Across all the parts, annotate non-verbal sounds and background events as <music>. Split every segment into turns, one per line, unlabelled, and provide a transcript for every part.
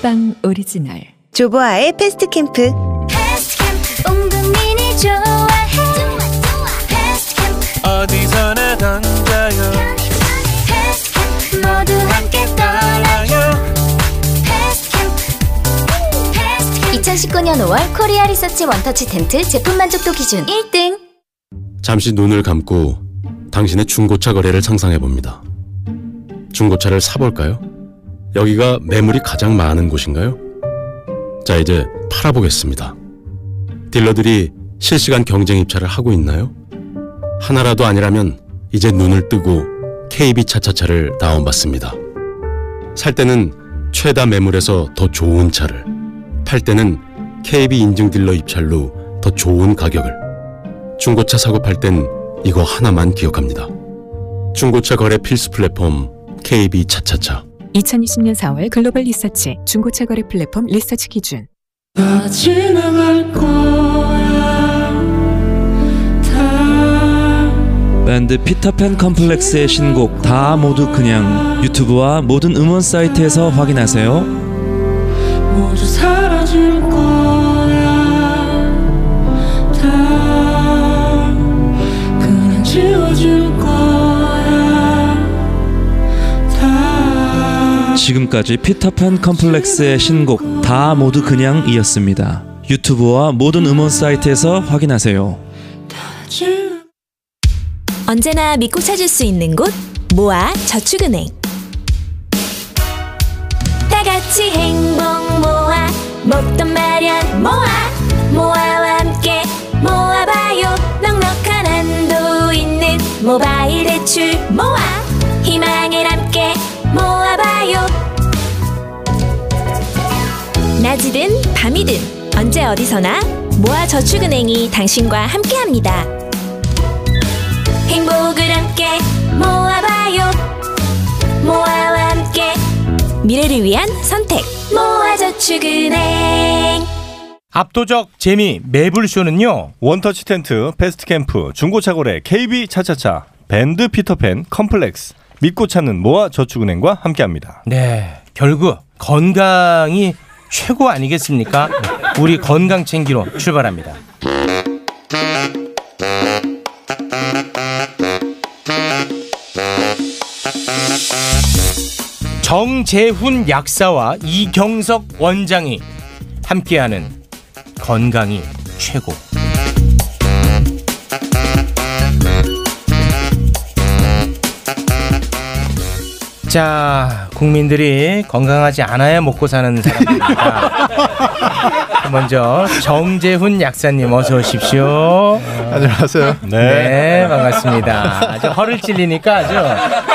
팟빵 오리지널
조보아의 패스트 캠프.
온 국민이 좋아해 패스트 캠프
어디서나 던져요
패스트 캠프 모두 함께 떠나요
나요
패스트 캠프 패스트 캠프 2019년 5월 코리아 리서치 원터치 텐트 제품 만족도 기준 1등
잠시 눈을 감고 당신의 중고차 거래를 상상해 봅니다. 중고차를 사볼까요? 여기가 매물이 가장 많은 곳인가요? 자, 이제 팔아보겠습니다. 딜러들이 실시간 경쟁 입찰을 하고 있나요? 하나라도 아니라면 이제 눈을 뜨고 KB 차차차를 다운받습니다. 살 때는 최다 매물에서 더 좋은 차를, 팔 때는 KB 인증 딜러 입찰로 더 좋은 가격을, 중고차 사고 팔 땐 이거 하나만 기억합니다. 중고차 거래 필수 플랫폼 KB 차차차.
2020년 4월 글로벌 리서치 중고차 거래 플랫폼 리서치 기준
다 지나갈 거야 다
밴드 피터팬 컴플렉스의 신곡 다 모두 그냥 유튜브와 모든 음원 사이트에서 확인하세요.
모두 사라질 거야 다 그냥 지워질 거야 다
지금까지 피터팬 컴플렉스의 신곡 다 모두 그냥이었습니다. 유튜브와 모든 음원 사이트에서 확인하세요.
지나
언제나 믿고 찾을 수 있는 곳 모아 저축은행
다 같이 행복 모아 먹던 마련 모아 모아와 함께 모아봐요 넉넉한 한도 있는 모바일 대출 모아 희망을 함께 모아봐요
낮이든 밤이든 언제 어디서나 모아 저축은행이 당신과 함께합니다.
행복을 함께 모아봐요 모아와 함께
미래를 위한 선택
모아저축은행
압도적 재미 매불쇼는요 원터치 텐트 패스트 캠프 중고차 거래 KB 차차차 밴드 피터팬 컴플렉스 믿고 찾는 모아 저축은행과 함께합니다.
네, 결국 건강이 최고 아니겠습니까? 우리 건강 챙기러 출발합니다. 정재훈 약사와 이경석 원장이 함께하는 건강이 최고. 자, 국민들이 건강하지 않아야 먹고 사는 사람입니다. <laughs> 먼저 정재훈 약사님 어서 오십시오.
안녕하세요.
네, 반갑습니다. 아주 허를 찔리니까 아주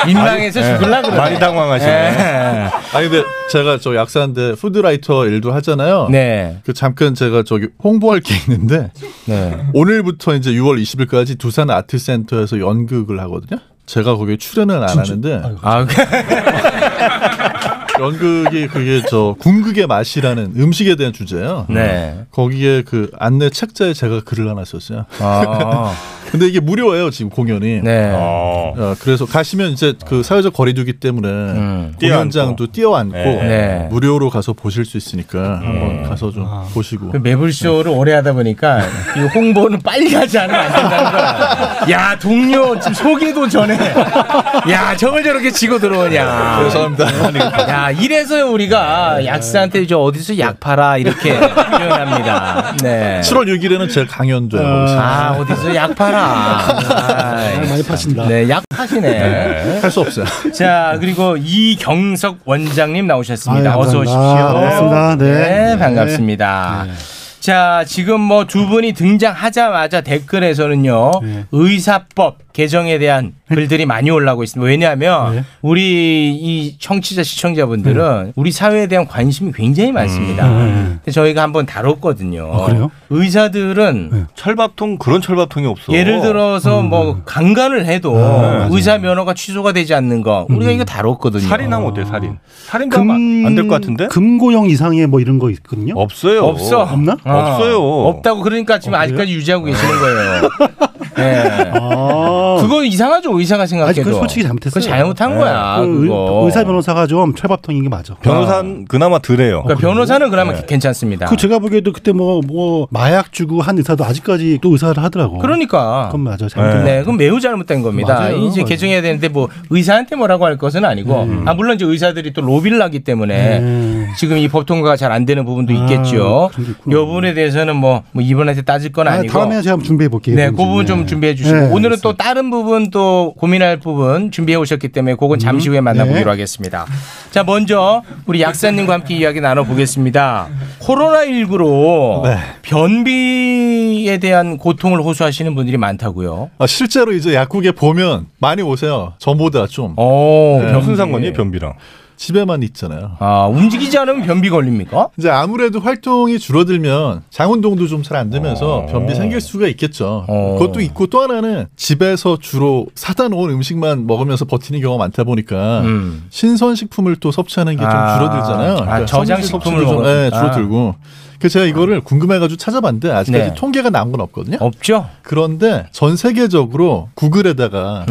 민망해서 죽을라 예. 그래.
예. 많이 당황하시네.
아니 근데 제가 저 약사인데 푸드라이터 일도 하잖아요.
네.
그 잠깐 제가 저기 홍보할 게 있는데
네.
오늘부터 이제 6월 20일까지 두산 아트 센터에서 연극을 하거든요. 제가 거기에 출연은 안 하는데
아,
그, 연극이 그게 저 궁극의 맛이라는 음식에 대한 주제예요.
네.
거기에 그 안내 책자에 제가 글을 하나 썼어요.
아,
<laughs> 근데 이게 무료예요 지금 공연이.
네.
어.
어, 그래서 가시면 이제 그 사회적 거리두기 때문에
음.
공연장도 뛰어앉고
네.
무료로 가서 보실 수 있으니까 한번 가서 좀 보시고
음. 그 매불쇼를 오래 하다 보니까 이 홍보는 빨리 하지 않으면 안 된다는 거야. 야, 동료 지금 소개도 전에. 야, 저걸 저렇게 지고 들어오냐.
죄송합니다.
야, 이래서 우리가 약사한테 저 어디서 약 팔아 이렇게 표현합니다. 네.
7월 6일에는 제 강연도 해보겠습니다.
아, 어디서 약 팔아. 많이 파신다. 네, 약 파시네.
할 수 없어요.
자, 그리고 이경석 원장님 나오셨습니다. 어서 오십시오.
반갑습니다. 네.
반갑습니다. 자, 지금 뭐 두 분이 등장하자마자 댓글에서는요,
네.
의사법 개정에 대한 글들이 많이 올라오고 있습니다. 왜냐하면
네.
우리 이 청취자, 시청자분들은 우리 사회에 대한 관심이 굉장히 많습니다.
음. 네.
근데 저희가 한번 다뤘거든요. 어, 의사들은
철밥통 그런 철밥통이 없어.
예를 들어서
음.
뭐 강간을
네,
해도 의사 면허가 취소가 되지 않는 거 우리가
음.
이거 다뤘거든요.
살인하면 어때 살인? 살인도 안될 것 같은데?
금고형 이상의 뭐 이런 거 있거든요.
없어요.
없어
없나?
아,
없어요.
없다고 그러니까 지금 아직까지 유지하고 계시는 거예요. 예.
네. 아,
그거 이상하죠 의사가 생각해도.
아니, 그건 솔직히 잘못했어요.
그건 잘못한
네.
거야.
그 의-
그거.
의사 변호사가 좀 철밥통인 게 맞아.
<laughs> 변호사는 그나마 덜해요. 네.
그러니까 변호사는 그나마 괜찮습니다.
그 제가 보기에도 그때 뭐, 뭐, 마약 주고 한 의사도 아직까지 또 의사를 하더라고.
그러니까.
그건 맞아.
네.
잘못된 거.
그건 매우 잘못된 겁니다.
맞아요.
이제
맞아요. 음.
개정해야 되는데 뭐 의사한테 뭐라고 할 것은 아니고 아 물론 이제 의사들이 또 로비를 하기 때문에
네.
지금 이 법 통과가 잘 안 되는
아,
부분도 네. 있겠죠. 이 부분에 대해서는 뭐, 뭐 이번한테 따질 건
아,
아니고
다음에 제가 한번 준비해 볼게요.
네, 그 부분 좀 준비해 주시고
네,
오늘은 또 다른 부분 또 고민할 부분 준비해 오셨기 때문에 그건 잠시 후에 만나보기로
네.
하겠습니다. 자, 먼저 우리 약사님과 함께 이야기 나눠보겠습니다. 코로나 19로
네.
변비에 대한 고통을 호소하시는 분들이 많다고요.
아, 실제로 이제 약국에 보면 많이 오세요. 전보다 좀.
어,
무슨
상관이에요,
변비랑? 집에만 있잖아요.
아, 움직이지 않으면 변비 걸립니까?
이제 아무래도 활동이 줄어들면 장운동도 좀 잘 안 되면서
어.
변비 생길 수가 있겠죠. 그것도 있고 또 하나는 집에서 주로 사다 놓은 음식만 먹으면서 버티는 경우가 많다 보니까
음.
신선식품을 또 섭취하는 게 좀
아.
줄어들잖아요. 그러니까
아, 저장식품을
섬유질 섭취도 좀, 예,
먹으니까.
줄어들고. 아. 그래서 제가 이거를 궁금해가지고 찾아봤는데 아직까지
네.
통계가 나온 건 없거든요.
없죠.
그런데 전 세계적으로 구글에다가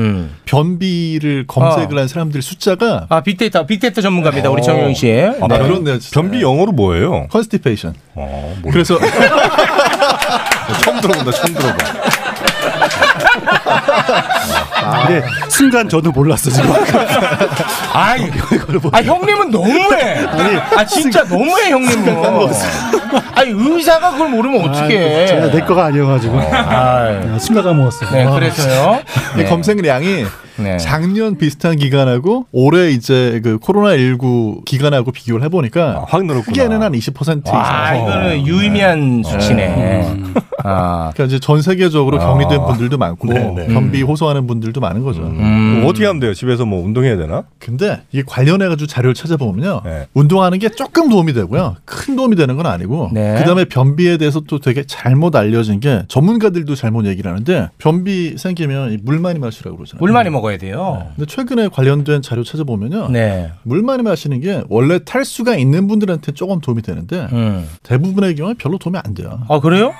변비를 검색을
어.
한 사람들 숫자가 <laughs>
아, 빅데이터, 빅데이터 전문가입니다. 어, 우리 정용 씨.
아, 그렇네요. 변비 영어로 뭐예요? 컨스티페이션.
어, 뭐. <laughs>
그래서
처음 들어본다. 처음 들어봐.
아, 근데 순간 저도 몰랐어 지금.
<laughs>
아, 아 형님은 너무해. 아 진짜 너무해 형님은.
<laughs>
아니 의사가 그걸
아,
모르면 어떻게 해?
제가 내 거가 아니어가지고. 아, 순간 까먹었어.
네, 그래서요. 네.
이 검색량이 작년 비슷한 기간하고 올해 이제 그 코로나 19 기간하고 비교를 해보니까 아, 확 늘었구나. 크게는 한20% 이상. 어.
아 이거는 유의미한 수치네.
그러니까 이제 전 세계적으로
아.
격리된 분들도 많고
네, 네.
변비 호소하는 분들도 많은 거죠.
음.
뭐 어떻게 하면 돼요? 집에서 뭐 운동해야 되나?
근데 이게 관련해가지고 자료를 찾아보면요.
네.
운동하는 게 조금 도움이 되고요. 큰 도움이 되는 건 아니고.
네.
그 다음에 변비에 대해서 또 되게 잘못 알려진 게 전문가들도 잘못 얘기를 하는데 변비 생기면 이물 많이 마시라고 그러잖아요. 네.
물 많이 먹어야 돼요.
근데 최근에 관련된 자료 찾아보면요.
네.
물 많이 마시는 게 원래 탈수가 있는 분들한테 조금 도움이 되는데 대부분의 경우에 별로 도움이 안 돼요.
음. 아 그래요?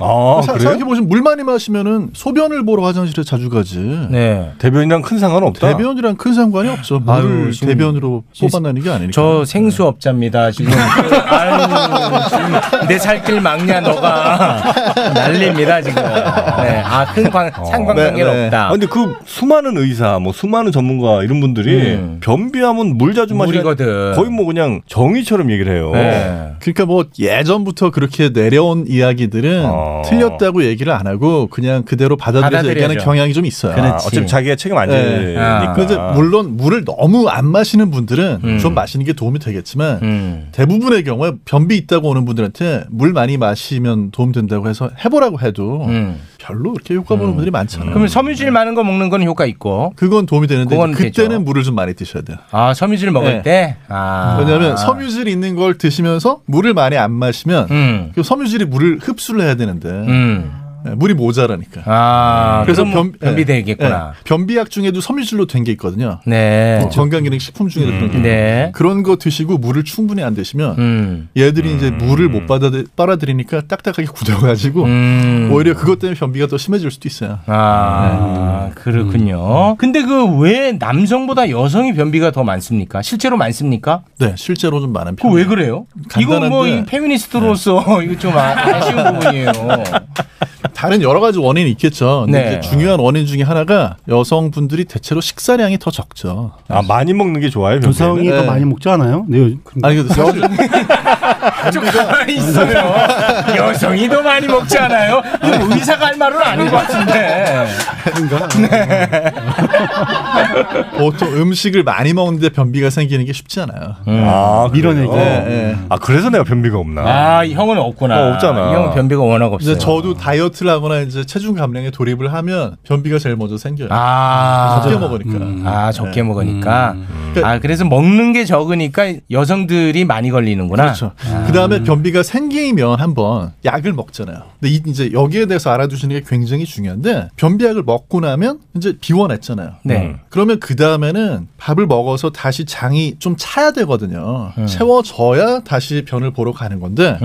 아,
사-
그래요?
생각해보시면 물 많이 마시면은 소변을 보러 화장실에 자주 가지.
네.
대변이랑 큰 상관 없다.
대변이랑 큰 상관이 없죠.
아유,
물을
지금
대변으로 뽑아내는 게 아니니까.
저 생수업자입니다
네.
지금. 아유, 내 살 길 막냐 너가 난리입니다 지금. 네. 아큰
어. 네,
상관관계는 없다.
아, 근데 그 수많은 의사, 뭐 수많은 전문가 이런 분들이 변비하면 물 자주 마시는
음. 물이거든.
거의 뭐 그냥 정의처럼 얘기를 해요.
네. 그러니까 뭐 예전부터 그렇게 내려온 이야기들은
어.
틀렸다고 얘기를 안 하고 그냥 그대로 받아들여서
받아들여야죠.
얘기하는 경향이 좀 있어요.
그렇지. 아, 어차피 자기가 책임 안 지니까.
근데 물론 물을 너무 안 마시는 분들은
음.
좀 마시는 게 도움이 되겠지만
음.
대부분의 경우에 변비 있다고 오는 분들한테 물 많이 마시면 도움 된다고 해서 해보라고 해도 별로 이렇게 효과 보는 분들이
음.
많잖아요.
그러면 섬유질 많은 거 먹는 거는 효과 있고.
그건 도움이 되는데
그건
그때는
되죠.
물을 좀 많이 드셔야 돼요.
뭐. 아 섬유질 먹을
네.
때. 아.
왜냐하면 섬유질 있는 걸 드시면서 물을 많이 안 마시면
음.
그 섬유질이 물을 흡수를 해야 되는데 네, 물이 모자라니까. 예,
음.
아, 그래서
변-
변비
네,
되겠구나.
네, 변비약 중에도 섬유질로 된 게 있거든요.
네.
어,
뭐 건강기능 식품 중에도 그런 게
네. 음.
그런 거 드시고 물을 충분히 안 드시면 얘들이 이제 물을 못 받아 빨아들이니까 딱딱하게 굳어가지고 오히려 그것 때문에 변비가 더 심해질 수도 있어요.
음. 아
음.
그렇군요. 근데 그 왜 남성보다 여성이 변비가 더 많습니까? 실제로 많습니까?
네, 실제로 좀 많은
그 왜 그래요? 이건 뭐
간단한데. 네.
이 페미니스트로서 <laughs> 이거 좀 아- 아쉬운 부분이에요.
다른 여러 가지 원인이 있겠죠. 근데
네.
이제 중요한 원인 중에 하나가 여성분들이 대체로 식사량이 더 적죠.
아, 많이 먹는 게 좋아요.
조상이 더 많이 먹지 않아요? 네.
아니 근데 사실
좀 가만히 <laughs> 있어요. 여성이 더 많이 먹지 않아요? 네. 이거 의사가 할 말은 아닌 것 같은데. <laughs> 네.
<laughs> 보통 음식을 많이 먹는데 변비가 생기는 게 쉽지 않아요.
음.
아,
밀어내기.
아, 그래서 내가 변비가 없나?
아, 이 형은 없구나.
어, 없잖아.
이 형은 변비가 워낙 없어요.
이제 저도 다이어트를 하거나 이제 체중 감량에 돌입을 하면 변비가 제일 먼저 생겨요.
아.
적게 먹으니까.
아 적게 먹으니까 아 그래서 먹는 게 적으니까 여성들이 많이 걸리는구나. 아.
그렇죠. 그다음에 변비가 생기면 한번 약을 먹잖아요. 근데 이- 이제 여기에 대해서 알아두시는 게 굉장히 중요한데 변비약을 먹고 나면 이제 비워냈잖아요.
네.
음. 그러면 그 다음에는 밥을 먹어서 다시 장이 좀 차야 되거든요.
음.
채워져야 다시 변을 보러 가는 건데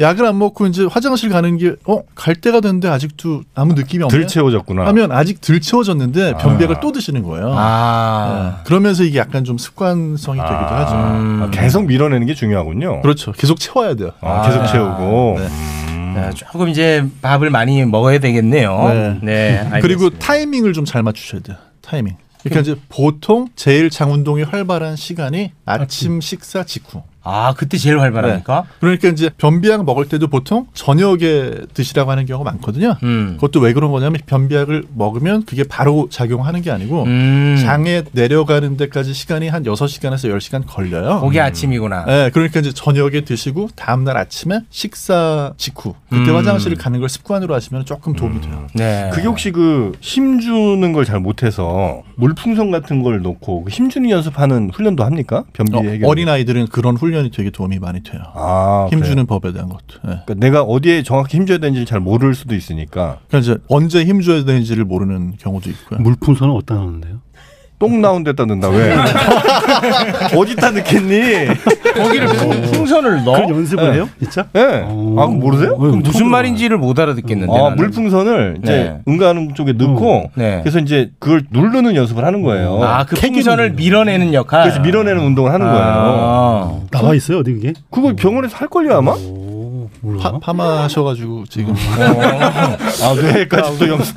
약을 안 먹고 이제 화장실 가는 길 어 갈 때가 됐는데 아직도 아무 느낌이 없네.
덜 채워졌구나.
하면 아직 덜 채워졌는데 변비약을 또 드시는 거예요.
아.
네. 그러면서 이게 약간 좀 습관성이 되기도 하죠.
아.
음.
계속 밀어내는 게 중요하군요.
그렇죠. 계속 채워야 돼요.
아, 계속 채우고.
네.
음.
자, 아, 조금 이제 밥을 많이 먹어야 되겠네요.
네.
알겠습니다.
그리고 타이밍을 좀 잘 맞추셔야 돼요. 타이밍. 그러니까 이제 보통 제일 장 운동이 활발한 시간이 아침 식사 직후.
아 그때 제일 활발하니까.
그러니까 이제 변비약 먹을 때도 보통 저녁에 드시라고 하는 경우가 많거든요.
음.
그것도 왜 그런 거냐면 변비약을 먹으면 그게 바로 작용하는 게 아니고
음.
장에 내려가는 데까지 시간이 한 6시간에서 10시간 걸려요.
그게 아침이구나.
네, 그러니까 이제 저녁에 드시고 다음 날 아침에 식사 직후 그때
음.
화장실을 가는 걸 습관으로 하시면 조금 도움이 돼요.
네.
그게 혹시 그 힘주는 걸 잘 못해서 물풍선 같은 걸 놓고 그 힘주는 연습하는 훈련도 합니까? 변비
어,
해결.
어린 아이들은 그런 훈련이 되게 도움이 많이 돼요.
아,
힘주는
그래요?
법에 대한 것도. 예.
그러니까 내가 어디에 정확히 힘줘야 되는지를 잘 모를 수도 있으니까.
그러니까 이제 언제 힘줘야 되는지를 모르는 경우도 있고요.
물풍선은 어디다 넣는데요?
똥 나온 데다 넣는다
<laughs>
왜? 어디다 넣겠니?
거기를 뭐 풍, 풍선을 넣어?
그런 연습을
네.
해요? 진짜?
예. 아, 그럼 모르세요?
그럼 무슨 말인지를 못 알아듣겠는데.
아,
네, 나는.
물풍선을 이제
네.
응가하는 쪽에 넣고
네.
그래서 이제 그걸 누르는 연습을 하는 거예요.
아, 그 풍선을 밀어내는 역할.
그래서 밀어내는 운동을 하는
아.
거예요.
나와 있어요 어디 그게?
그걸 병원에서 할 걸요 아마?
파, 파마하셔가지고 지금
음.
아, 뇌까지 또 염소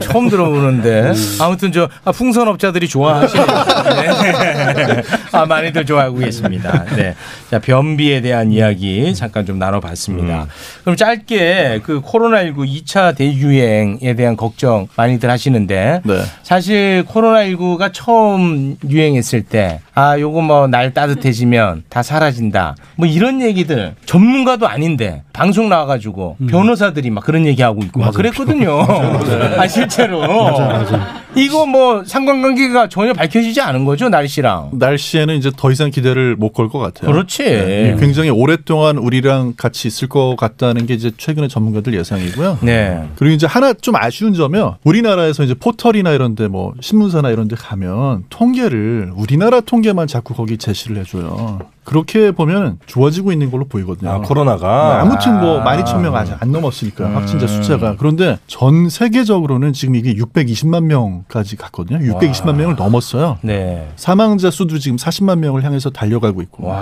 <laughs> 처음 들어보는데. 아무튼 저 아, 풍선 업자들이
<laughs>
좋아하시네요. 네. 아, 많이들 좋아하고 계십니다. 네. 자, 변비에 대한 이야기 잠깐 좀 나눠봤습니다. 그럼 짧게 그 코로나19 2차 대유행에 대한 걱정 많이들 하시는데 사실 코로나19가 처음 유행했을 때 아, 요거 뭐 날 따뜻해지면 다 사라진다. 뭐 이런 얘기들 전문가도 아닌데 방송 나와가지고 변호사들이 막 그런 얘기하고 있고 막 <laughs> 그랬거든요. 아, 실제로. 이거 뭐 상관관계가 전혀 밝혀지지 않은 거죠, 날씨랑.
날씨에는 이제 더 이상 기대를 못 걸 것 같아요.
그렇지.
네. 굉장히 오랫동안 우리랑 같이 있을 것 같다는 게 이제 최근의 전문가들 예상이고요.
네.
그리고 이제 하나 좀 아쉬운 점이요. 우리나라에서 이제 포털이나 이런데 뭐 신문사나 이런데 가면 통계를 우리나라 통계만 자꾸 거기 제시를 해줘요. 그렇게 보면 좋아지고 있는 걸로 보이거든요.
아, 음. 코로나가.
네, 아무튼 뭐 12,000명 아직 안 넘었으니까 네,
음.
확진자 숫자가. 그런데 전 세계적으로는 지금 이게 620만 명까지 갔거든요. 620만 명을 넘었어요.
네.
사망자 수도 지금 40만 명을 향해서 달려가고 있고.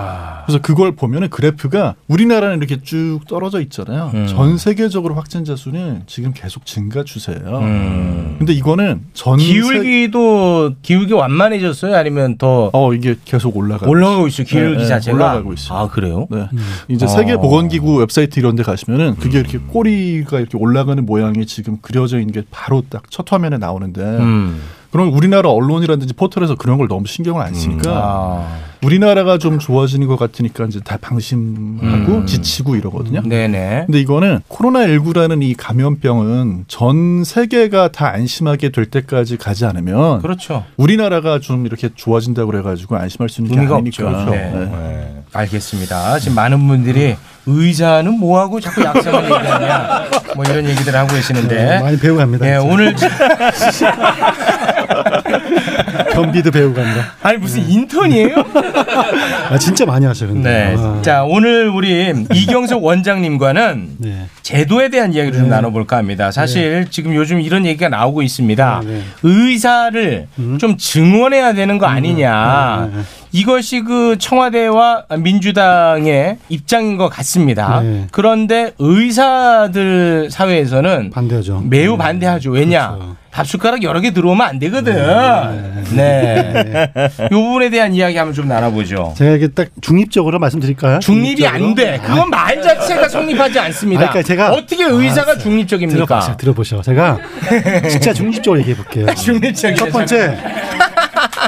그래서 그걸 보면은 그래프가 우리나라는 이렇게 쭉 떨어져 있잖아요.
음.
전 세계적으로 확진자 수는 지금 계속 증가 추세예요.
음.
근데 이거는 전 세...
기울기도 기울기 완만해졌어요? 아니면 더
어 이게 계속 올라가고
올라가고 있어요? 기울기
네, 네,
자체가?
올라가고 있어요.
아, 그래요?
네. 이제
어.
세계 보건기구 웹사이트 이런 데 가시면은
음.
그게 이렇게 꼬리가 이렇게 올라가는 모양이 지금 그려져 있는 게 바로 딱 첫 화면에 나오는데
음.
그럼 우리나라 언론이라든지 포털에서 그런 걸 너무 신경을 안 쓰니까
아.
우리나라가 좀 좋아지는 것 같으니까 이제 다 방심하고
음.
지치고 이러거든요.
네네.
근데 이거는 코로나19라는 이 감염병은 전 세계가 다 안심하게 될 때까지 가지 않으면
그렇죠.
우리나라가 좀 이렇게 좋아진다고 그래가지고 안심할 수 있는 게
의미가
아니니까.
없죠. 그렇죠.
네.
네.
알겠습니다. 지금 많은 분들이 의자는 뭐하고 자꾸 약사만 얘기하냐. 뭐 이런 얘기들 하고
네,
계시는데.
많이 배워갑니다.
네, 오늘.
변비도 배워간다.
아니, 무슨
네. <laughs>
인턴이에요?
아 진짜 많이 하셔 근데.
네.
아,
자, 오늘 우리 이경석 원장님과는
<laughs> 네.
제도에 대한 이야기를 좀 나눠볼까 합니다. 사실 지금 요즘 이런 얘기가 나오고 있습니다.
네, 음? 네.
의사를 좀 증원해야 되는 거 아니냐.
네, 네.
이것이 그 청와대와 민주당의 입장인 것 같습니다.
네.
그런데 의사들 사회에서는
반대하죠. 네.
매우 반대하죠. 왜냐?
그렇죠.
밥숟가락 여러 개 들어오면 안 되거든. 네. <laughs> 이 부분에 대한 이야기 한번 좀 나눠보죠.
제가 이게 딱 중립적으로 말씀드릴까요?
중립이 안 돼.
중립적으로?
그건 말 자체가 성립하지 않습니다.
아, 그러니까 제가-
어떻게 의사가
들어보세요.
중립적입니까?
들어보셔. 제가 진짜 중립적으로
<laughs>
얘기해 볼게요.
중립적이네.
첫 번째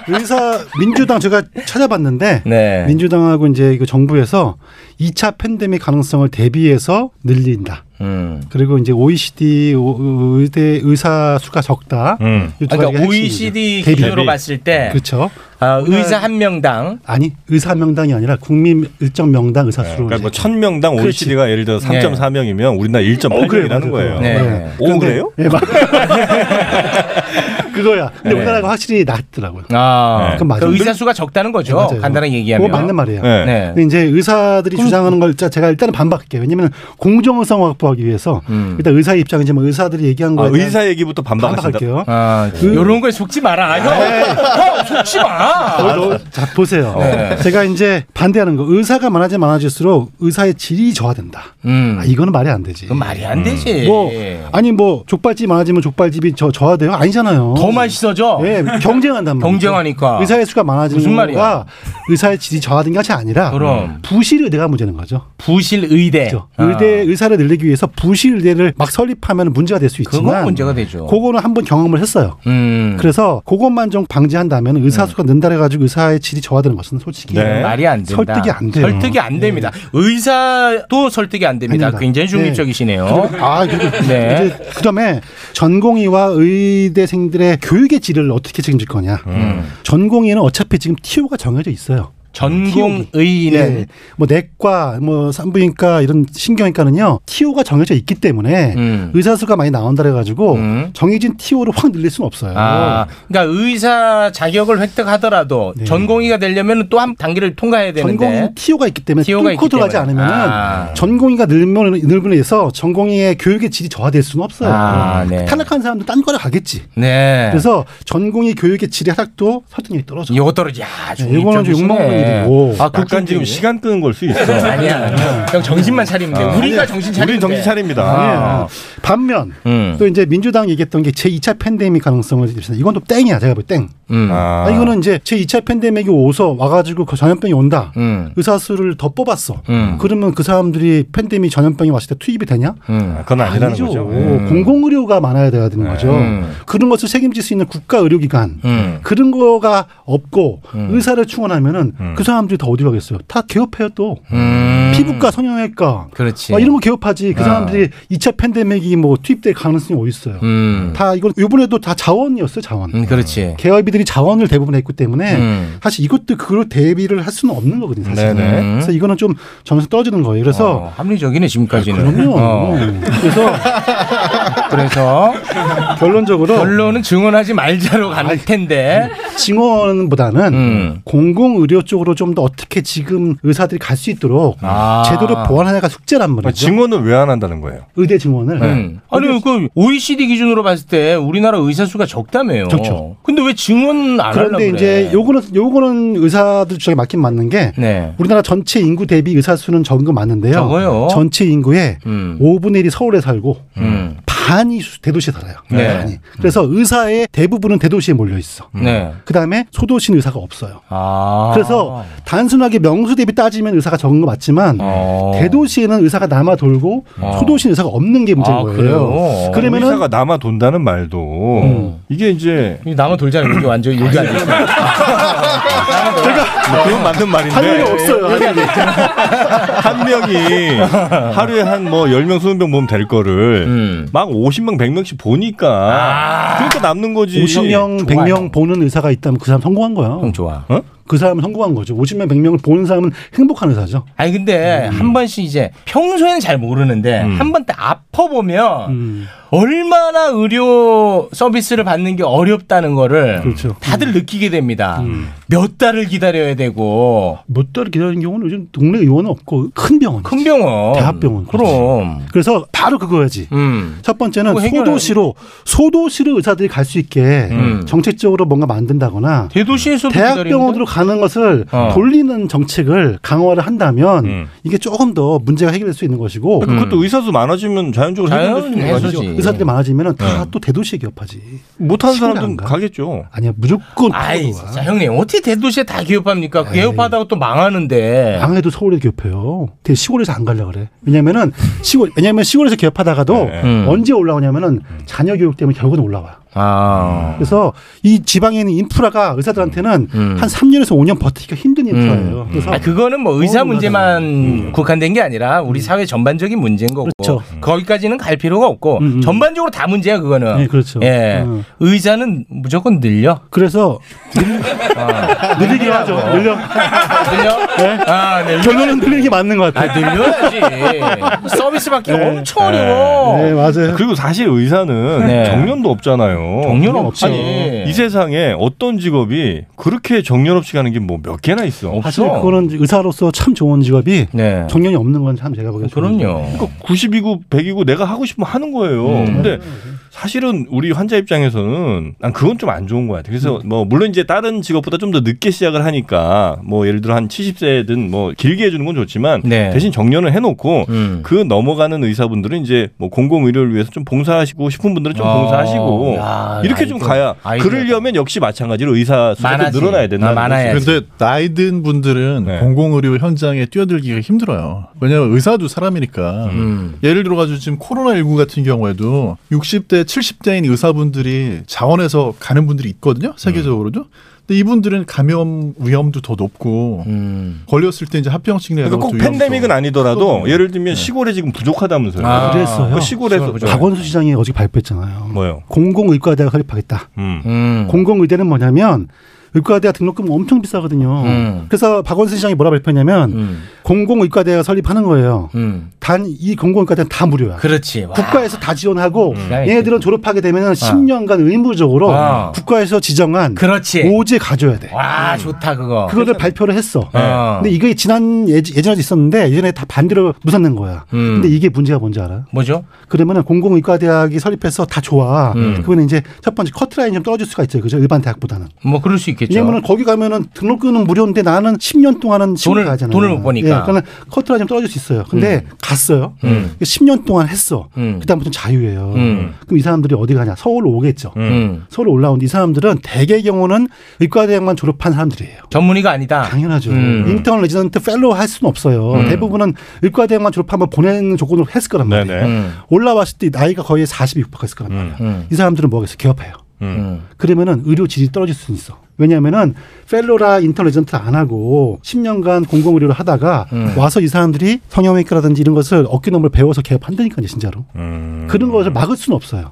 의사 민주당 제가 찾아봤는데
네.
민주당하고 이제 이거 정부에서 2차 팬데믹 가능성을 대비해서 늘린다.
음.
그리고 이제 OECD 오- 의대 의사 수가 적다.
음.
이두
그러니까
가지가
OECD
핵심이죠. 대비.
기준으로 봤을 때
그렇죠.
아, 의사 한 명당
아니 의사 명당이 아니라 국민 일정 명당 의사 수로
그러니까 뭐 1000명당 OECD가 예를 들어
네.
어,
3.4명이면 우리나라 1.8명이라는 거예요.
네.
오, 그래요?
예, 맞- <laughs> 그거야. 근데
네.
우리나라가 확실히 낫더라고요.
아,
뭐 그건 맞아요. 네,
그 의사 수가 적다는 거죠.
맞아요.
간단하게 얘기하면.
그거 맞는 말이에요.
네.
근데 이제 의사들이 주장하는 걸 진짜 제가 일단은 반박할게요. 왜냐면 공정성 확보하기 위해서
음.
일단 의사 입장이지 뭐 의사들이 얘기한 거에
아,
대한
의사 얘기부터 반박하신다.
반박할게요. 그
아, 요런
그
거에 속지 마라.
네.
형, 형 속지 마.
자 보세요.
네.
제가 이제 반대하는 거 의사가 많아지 많아질수록 의사의 질이 저하된다. 아, 이거는 말이 안 되지.
음. 그건 말이 안 되지.
뭐 아니 뭐 족발집 많아지면 족발집이 저 저하돼요? 아니잖아요.
더 맛있어져.
예, 경쟁한단 말이에요.
경쟁하니까.
의사의 수가 많아지는
무슨 말이야.
거가 의사의 질이 저하된 것이 아니라
그럼.
부실 의대가 문제는 거죠.
부실 의대. 아,
의대 의사를 늘리기 위해서 부실 의대를 막 설립하면 문제가 될 수 있지만
그건 문제가 되죠.
그거는 한번 경험을 했어요.
음.
그래서 그것만 좀 방지한다면 의사 수가 는달해 가지고 의사의 질이 저하되는 것은 솔직히
네. 말이 안 된다.
네. 설득이 안 돼요. 네.
설득이 안 됩니다. 의사도 설득이 안 됩니다.
아닙니다.
굉장히 중립적이시네요.
아, 그리고
네.
이제 그다음에 전공의와 의대생들의 교육의 질을 어떻게 책임질 거냐.
음.
전공의는 어차피 지금 TO가 정해져 있어요.
전공
TO.
의는
예. 뭐 내과, 뭐 산부인과 이런 신경외과는요 TO가 정해져 있기 때문에
음.
의사 수가 많이 나온다 그래가지고 정해진 TO를 확 늘릴 수는 없어요.
아, 그러니까 의사 자격을 획득하더라도 전공의가 되려면 또 한 단계를 통과해야 되는데.
네. 전공의 TO가 있기 때문에
TO 가 있기
뚫고 네, 들어가지
때문에.
않으면
아.
은 전공의가 늘면 늘면에서 전공의의 교육의 질이 저하될 수는 없어요. 음.
아, 네.
탈락한 사람도 딴 거를 가겠지.
네.
그래서 전공의 교육의 질의 하락도 설득력이 떨어져.
이거 떨어지. 야, 네.
이거는 네, 좀 욕먹는 일이고.
아, 약간 지금 시간 끄는 걸 수 있어.
네.
아니야. 그냥 정신만 차리면 돼.
아.
우리가
아니,
정신 차리면
우린 정신
돼.
차립니다.
아.
아. 반면
음.
또 이제 민주당 얘기했던 게 제 2차 팬데믹 가능성을 제시한다. 이건 또 땡이야. 제가 볼 땡. 아. 이거는 이제 제 2차 팬데믹이 오서 와가지고 그 전염병이 온다.
음.
의사 수를 더 뽑았어.
음.
그러면 그 사람들이 팬데믹 전염병이 왔을 때 투입이 되냐?
아, 그건 아니라는
아니죠. 예,
거죠. 예.
공공의료가 많아야 돼야 되는 거죠.
음.
그런 것을 책임질 수 있는 국가의료기관 그런 거가 없고 의사를 충원하면은 그 사람들이 다 어디 가겠어요? 다 개업해요 또 피부과, 성형외과,
그렇지.
막 이런 거 개업하지. 그
아.
사람들이 2차 팬데믹이 뭐 투입될 가능성이 어디 있어요?
음.
다 이건 이번에도 다 자원이었어요 자원.
음, 그렇지.
개업이들이 자원을 대부분 했기 때문에
음.
사실 이것도 그걸 대비를 할 수는 없는 거거든요. 사실.
네네.
그래서 이거는 좀 점수 떨어지는 거예요. 그래서 아,
어, 합리적이네 지금까지는.
그럼요.
어.
<laughs> 그래서
그래서
결론적으로
결론은 증언하지 말자로 갈 텐데.
증원보다는
음.
공공의료 쪽으로 좀 더 어떻게 지금 의사들이 갈 수 있도록
아.
제도를 보완하냐가 숙제란 말이죠.
증언은 왜 안 한다는 거예요?
의대 증원을
음. 아니 그 OECD 기준으로 봤을 때 우리나라 의사 수가 적다며요.
적죠.
근데 왜 증언 안 하려고
그런데
그래?
이제 요거는 요거는 의사들 주장에 맞긴 맞는 게
네.
우리나라 전체 인구 대비 의사 수는 적은 건 맞는데요.
적어요.
전체 인구의
음.
5분의 1이 서울에 살고
음.
반이 수- 대도시에 살아요.
네.
반이. 그래서 의사의 대부분은 대도시에 몰려 있어.
네.
그다음에 소도시는 의사가 없어요.
아.
그래서 단순하게 명수 대비 따지면 의사가 적은 거 맞지만 대도시에는 의사가 남아 돌고
어.
소도시는 의사가 없는 게 문제인
아,
거예요. 그러면은 음.
의사가 남아 돈다는 말도 이게 이제
남아 돌자는 게 완전 여기 아니에요.
뭐
아,
<laughs>
그건 맞는 말인데
할 일이
네.
없어요. 할 일이.
<laughs> 한 명이 하루에 한 뭐 10명, 20명 보면 될 거를
음.
막 50명, 100명씩
아.
보니까 그러니까 남는 거지.
50명, 100명 보는 의사가 있다면 그 사람 성공한 거야. 형
좋아.
그 사람은 성공한 거죠. 50명, 100명을 보는 사람은 행복한 의사죠.
아니 근데
음.
한 번씩 이제 평소에는 잘 모르는데 한 번 때 아파 보면
음.
얼마나 의료 서비스를 받는 게 어렵다는 거를
그렇죠. 음.
다들 느끼게 됩니다. 몇 달을 기다려야 되고
몇 달을 기다리는 경우는 요즘 동네 의원은 없고 큰 병원.
큰 병원,
대학병원.
그럼
그래서 바로 그거야지. 첫 번째는
그거 해결해야
소도시로 소도시로 의사들이 갈 수 있게
음.
정책적으로 뭔가 만든다거나
대도시에서도
대학병원으로 가는 것을
어.
돌리는 정책을 강화를 한다면 이게 조금 더 문제가 해결될 수 있는 것이고 음.
그러니까
음.
그것도 의사 수 많아지면 자연적으로 해결될 수 있는 거죠.
의사들이 많아지면 다 또 대도시에 기업하지.
못하는
시골에
사람들은
안 가?
가겠죠.
아니야 무조건
아이
프로로와.
진짜 형님 어떻게 대도시에 다 개업합니까? 개업하다고 또 망하는데.
방해도 서울에 기업해요. 되게 시골에서 안 가려 그래. 왜냐면은 시골 왜냐면 시골에서 기업하다가도
음.
언제 올라오냐면은 자녀 교육 때문에 결국은 올라와요.
아.
그래서 이 지방에 있는 인프라가 의사들한테는 한 3년에서 5년 버티기가 힘든 인프라예요. 그래서 음.
아, 그거는 뭐 의사 문제만 국한된 게 아니라 우리 사회 전반적인 문제인 거고
그렇죠. 음,
거기까지는 갈 필요가 없고 전반적으로 다 문제야 그거는.
네, 그렇죠.
예.
음.
의사는 무조건 늘려. 아.
그래서 늘리긴 하죠. 늘려. 네.
늘려? 아, 늘려.
결론은 늘리는 게 맞는 것 같아요.
아, 늘려야지. 서비스 받기 엄청
네.
어려워.
네, 맞아요.
그리고 사실 의사는
네.
정년도 없잖아요. 없잖아요.
정년 없지.
아니, 이 세상에 어떤 직업이 그렇게 정년 없이 가는 게 뭐 몇 개나 있어?
사실 그거는 의사로서 참 좋은 직업이 정년이 없는 건 참 제가 보기엔 좋은
그럼요.
직업이에요.
그러니까 90이고 100이고 내가 하고 싶으면 하는 거예요.
음.
근데 사실은 우리 환자 입장에서는 난 그건 좀 안 좋은 거 같아. 그래서 뭐 물론 이제 다른 직업보다 좀 더 늦게 시작을 하니까 뭐 예를 들어 한 70세든 뭐 길게 해주는 건 좋지만
네.
대신 정년을 해놓고
음.
그 넘어가는 의사분들은 이제 뭐 공공의료를 위해서 좀 봉사하시고 싶은 분들은 좀
어,
봉사하시고
야,
이렇게 좀
아이디어,
가야
아이디어다.
그러려면 역시 마찬가지로 의사 수가
많아지.
늘어나야 된다는 거지.
근데 나이 든 분들은 공공의료 현장에 뛰어들기가 힘들어요. 왜냐하면 의사도 사람이니까. 예를 들어가지고 지금 코로나19 같은 경우에도 60대, 70대인 의사분들이 자원해서 가는 분들이 있거든요. 세계적으로도. 근데 이분들은 감염 위험도 더 높고 걸렸을 때 이제 합병증 내가
그러니까 꼭 팬데믹은 아니더라도 예를
네.
들면 시골에 지금 부족하다면서요.
아, 그래서
그 시골에서
박원수 시장이 어제 발표했잖아요.
뭐요? 음.
공공의과대가 설립하겠다.
음.
공공의대는 뭐냐면 의과대학 등록금 엄청 비싸거든요.
음.
그래서 박원순 시장이 뭐라 발표했냐면 공공의과대가 설립하는 거예요. 단 이 공공의과대는 다 무료야.
그렇지. 음. 와.
국가에서 다 지원하고
막히네.
얘네들은 졸업하게 되면 10년간 의무적으로
아.
국가에서 지정한
그렇지.
오지 가져야 돼.
와 좋다 그거.
음. 그거를 발표를 했어.
네.
근데 이게 지난 예지- 예전에도 있었는데 예전에 다 반대로 무산된 거야.
음.
근데 이게 문제가 뭔지 알아?
뭐죠?
그러면은 공공의과대학이 설립해서 다 좋아.
음.
그러면 이제 첫 번째 커트라인 좀 떨어질 수가 있어요. 그죠? 일반 대학보다는.
뭐 그럴 수 있겠죠.
왜냐면은 거기 가면은 등록금은 무료인데 나는 10년 동안은
돈을-
시골에 가잖아요.
돈을 못 버니까.
예, 그러니까 커트라인 좀 떨어질 수 있어요. 근데 갔어요. 그러니까
음.
10년 동안 했어.
음.
그다음부터 자유예요.
음.
그럼 이 사람들이 어디 가냐? 서울로 오겠죠.
음.
서울 올라오는데 이 사람들은 대개 경우는 의과대학만 졸업한 사람들이에요.
전문의가 아니다.
당연하죠.
음.
인턴 레지던트 펠로우 할 수는 없어요.
음.
대부분은 의과대학만 졸업하면 보내는 조건으로 했을 거란 말이에요.
음.
올라왔을 때 나이가 거의 40이 육박했을 거란 말이에요. 이 사람들은 뭐겠어? 개업해요.
음.
그러면은 의료 질이 떨어질 수는 있어. 왜냐하면은 펠로라 인턴 레지던트 안 하고 10년간 공공 의료를 하다가
음.
와서 이 사람들이 성형외과라든지 이런 것을 어깨너머를 배워서 개업한다니까요, 진짜로.
음.
그런 것을 막을 수는 없어요.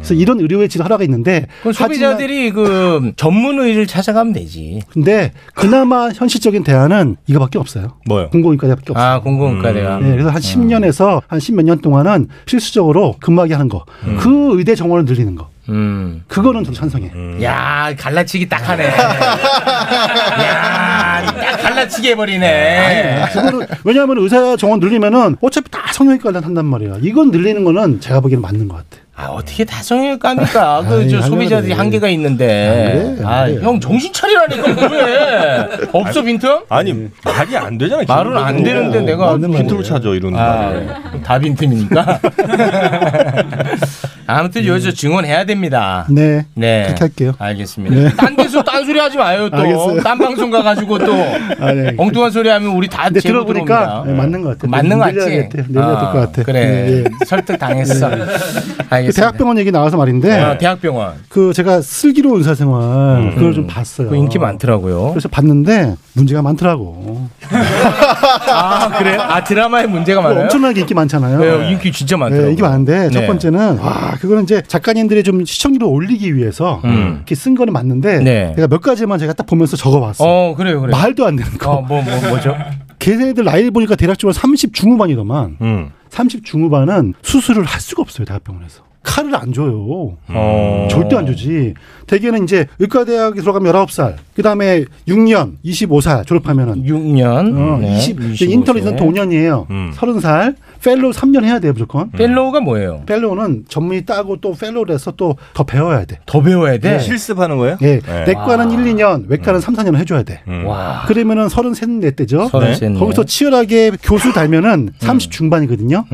그래서 이런 의료의 질 하라가 있는데
그 소비자들이 그 전문의를 찾아가면 되지.
근데 그나마 현실적인 대안은 이거밖에 없어요.
뭐요?
공공의과대밖에 없어요.
아 공공과대가.
네, 그래서 한 10년에서 한 10 몇 년 동안은 실수적으로 근무하게 하는 거. 그 의대 정원을 늘리는 거.
음.
그거는 저도 찬성해.
야 갈라치기 딱 하네. 야딱 갈라치기 해버리네.
아, 그거는 왜냐하면 의사 정원 늘리면은 어차피 다 성형외과를 한단 말이야. 이건 늘리는 거는 제가 보기에는 맞는 것 같아.
아 어떻게 다 성형외과입니까? 그
아이,
저
안
소비자들이
그래.
한계가 있는데. 아형 정신 차리라니까 뭐해? 없어 빈틈?
아니 말이 안 되잖아.
말은 안
기본적으로.
되는데 내가
맞는 빈틈을 찾아 이런
아, 다 빈틈이니까. <laughs> 아무튼 여기서 증언해야 됩니다.
음. 네.
네.
그렇게 할게요. 네.
알겠습니다. 딴 데서 딴 소리 하지 마요 또.
알겠어요.
딴 방송 가가지고 또
<laughs> 아, 네.
엉뚱한 소리 하면 우리 다
근데
아, 제보
들어보니까
들어옵니다. 그
네, 맞는 것 같아.
맞는 거 같지?
늘려야 돼. 늘려야
아,
될 것 같아.
그래.
네, 네.
설득 당했어.
네. 그
<laughs> 알겠습니다.
대학병원 네. 얘기 나와서 말인데
아,
<laughs>
대학병원.
그 제가 슬기로운 의사생활 그걸 좀 봤어요.
그 인기 많더라고요.
그래서 봤는데 문제가 많더라고.
아, 그래? 아, 드라마에 문제가 많아요?
뭐 엄청나게 인기 많잖아요.
네, 인기 진짜 많더라고요.
네, 이게 많은데 첫
네.
번째는 와 그거는 이제 작가님들이 좀 시청률을 올리기 위해서
음.
이렇게 쓴 거는 맞는데
네.
제가 몇 가지만 제가 딱 보면서 적어봤어.
어, 그래요, 그래요.
말도 안 되는 거.
어, 뭐, 뭐, 뭐죠?
<laughs> 걔네들 나이 보니까 대략적으로 30 중후반이더만. 30 중후반은 수술을 할 수가 없어요 대학병원에서. 칼을 안 줘요.
어.
절대 안 주지. 대개는 이제 의과대학에 들어가면 19살, 그 다음에 6년, 25살 졸업하면은.
6년.
어,
네,
20,
25세.
인터리전트 5년이에요. 30살, 펠로우 3년 해야 돼요, 무조건.
음. 펠로우가 뭐예요?
펠로우는 전문의 따고 또 펠로우를 해서 또 더 배워야 돼.
더 배워야 돼?
실습하는 거예요?
예.
네.
네.
음.
내과는 1, 2년, 외과는 3, 4년 해줘야 돼.
아. 와.
그러면은 33, 4대죠.
서른 셋, 네.
거기서 치열하게 교수
음.
달면은 30 중반이거든요.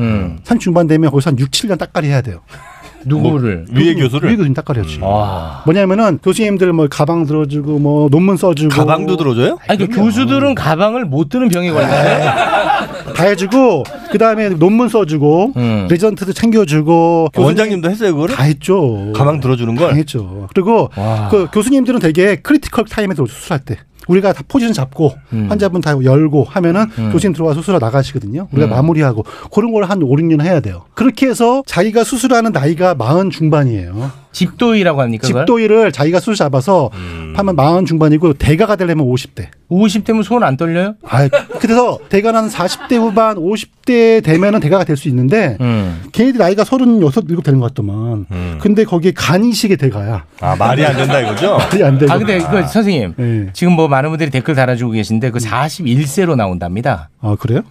30 중반 되면 거기서 한 6, 7년 따까리 해야 돼요.
음. 누구를?
뭐, 위에 교수를?
위에 교수님 따까리였지.
음. 와.
뭐냐면은 교수님들 뭐 가방 들어주고 뭐 논문 써주고
가방도 들어줘요?
아니, 그 교수들은 가방을 못 드는 병이 걸리네.
아,
다 해주고 그 다음에 논문 써주고
음.
레전트도 챙겨주고 교수님
원장님도 했어요 그걸?
다 했죠.
가방 들어주는 걸?
당했죠. 그리고 그 교수님들은 되게 크리티컬 타임에 들어 수술할 때 우리가 다 포지션 잡고
음.
환자분 다 열고 하면은 교수님 들어와서 수술하 나가시거든요.
음.
우리가 마무리하고 그런 걸 한 5, 6년 해야 돼요. 그렇게 해서 자기가 수술하는 나이가 40 중반이에요.
집도의라고 합니까? 그걸?
집도의를 자기가 수술 잡아서 하면 마흔 중반이고 대가가 되려면 50대.
음. 50대면 손 안 떨려요?
아, 그래서 대가는 한 40대 후반, 50대 되면은 대가가 될 수 있는데
음.
걔네들 나이가 36, 7 되는 것 같더만. 근데 거기에 간이식의 대가야.
아 말이 안 된다 이거죠?
<laughs> 말이 안 되죠. 네.
아 근데 그 선생님 지금 뭐 많은 분들이 댓글 달아주고 계신데 그 41세로 나온답니다.
아
<laughs>
그래요?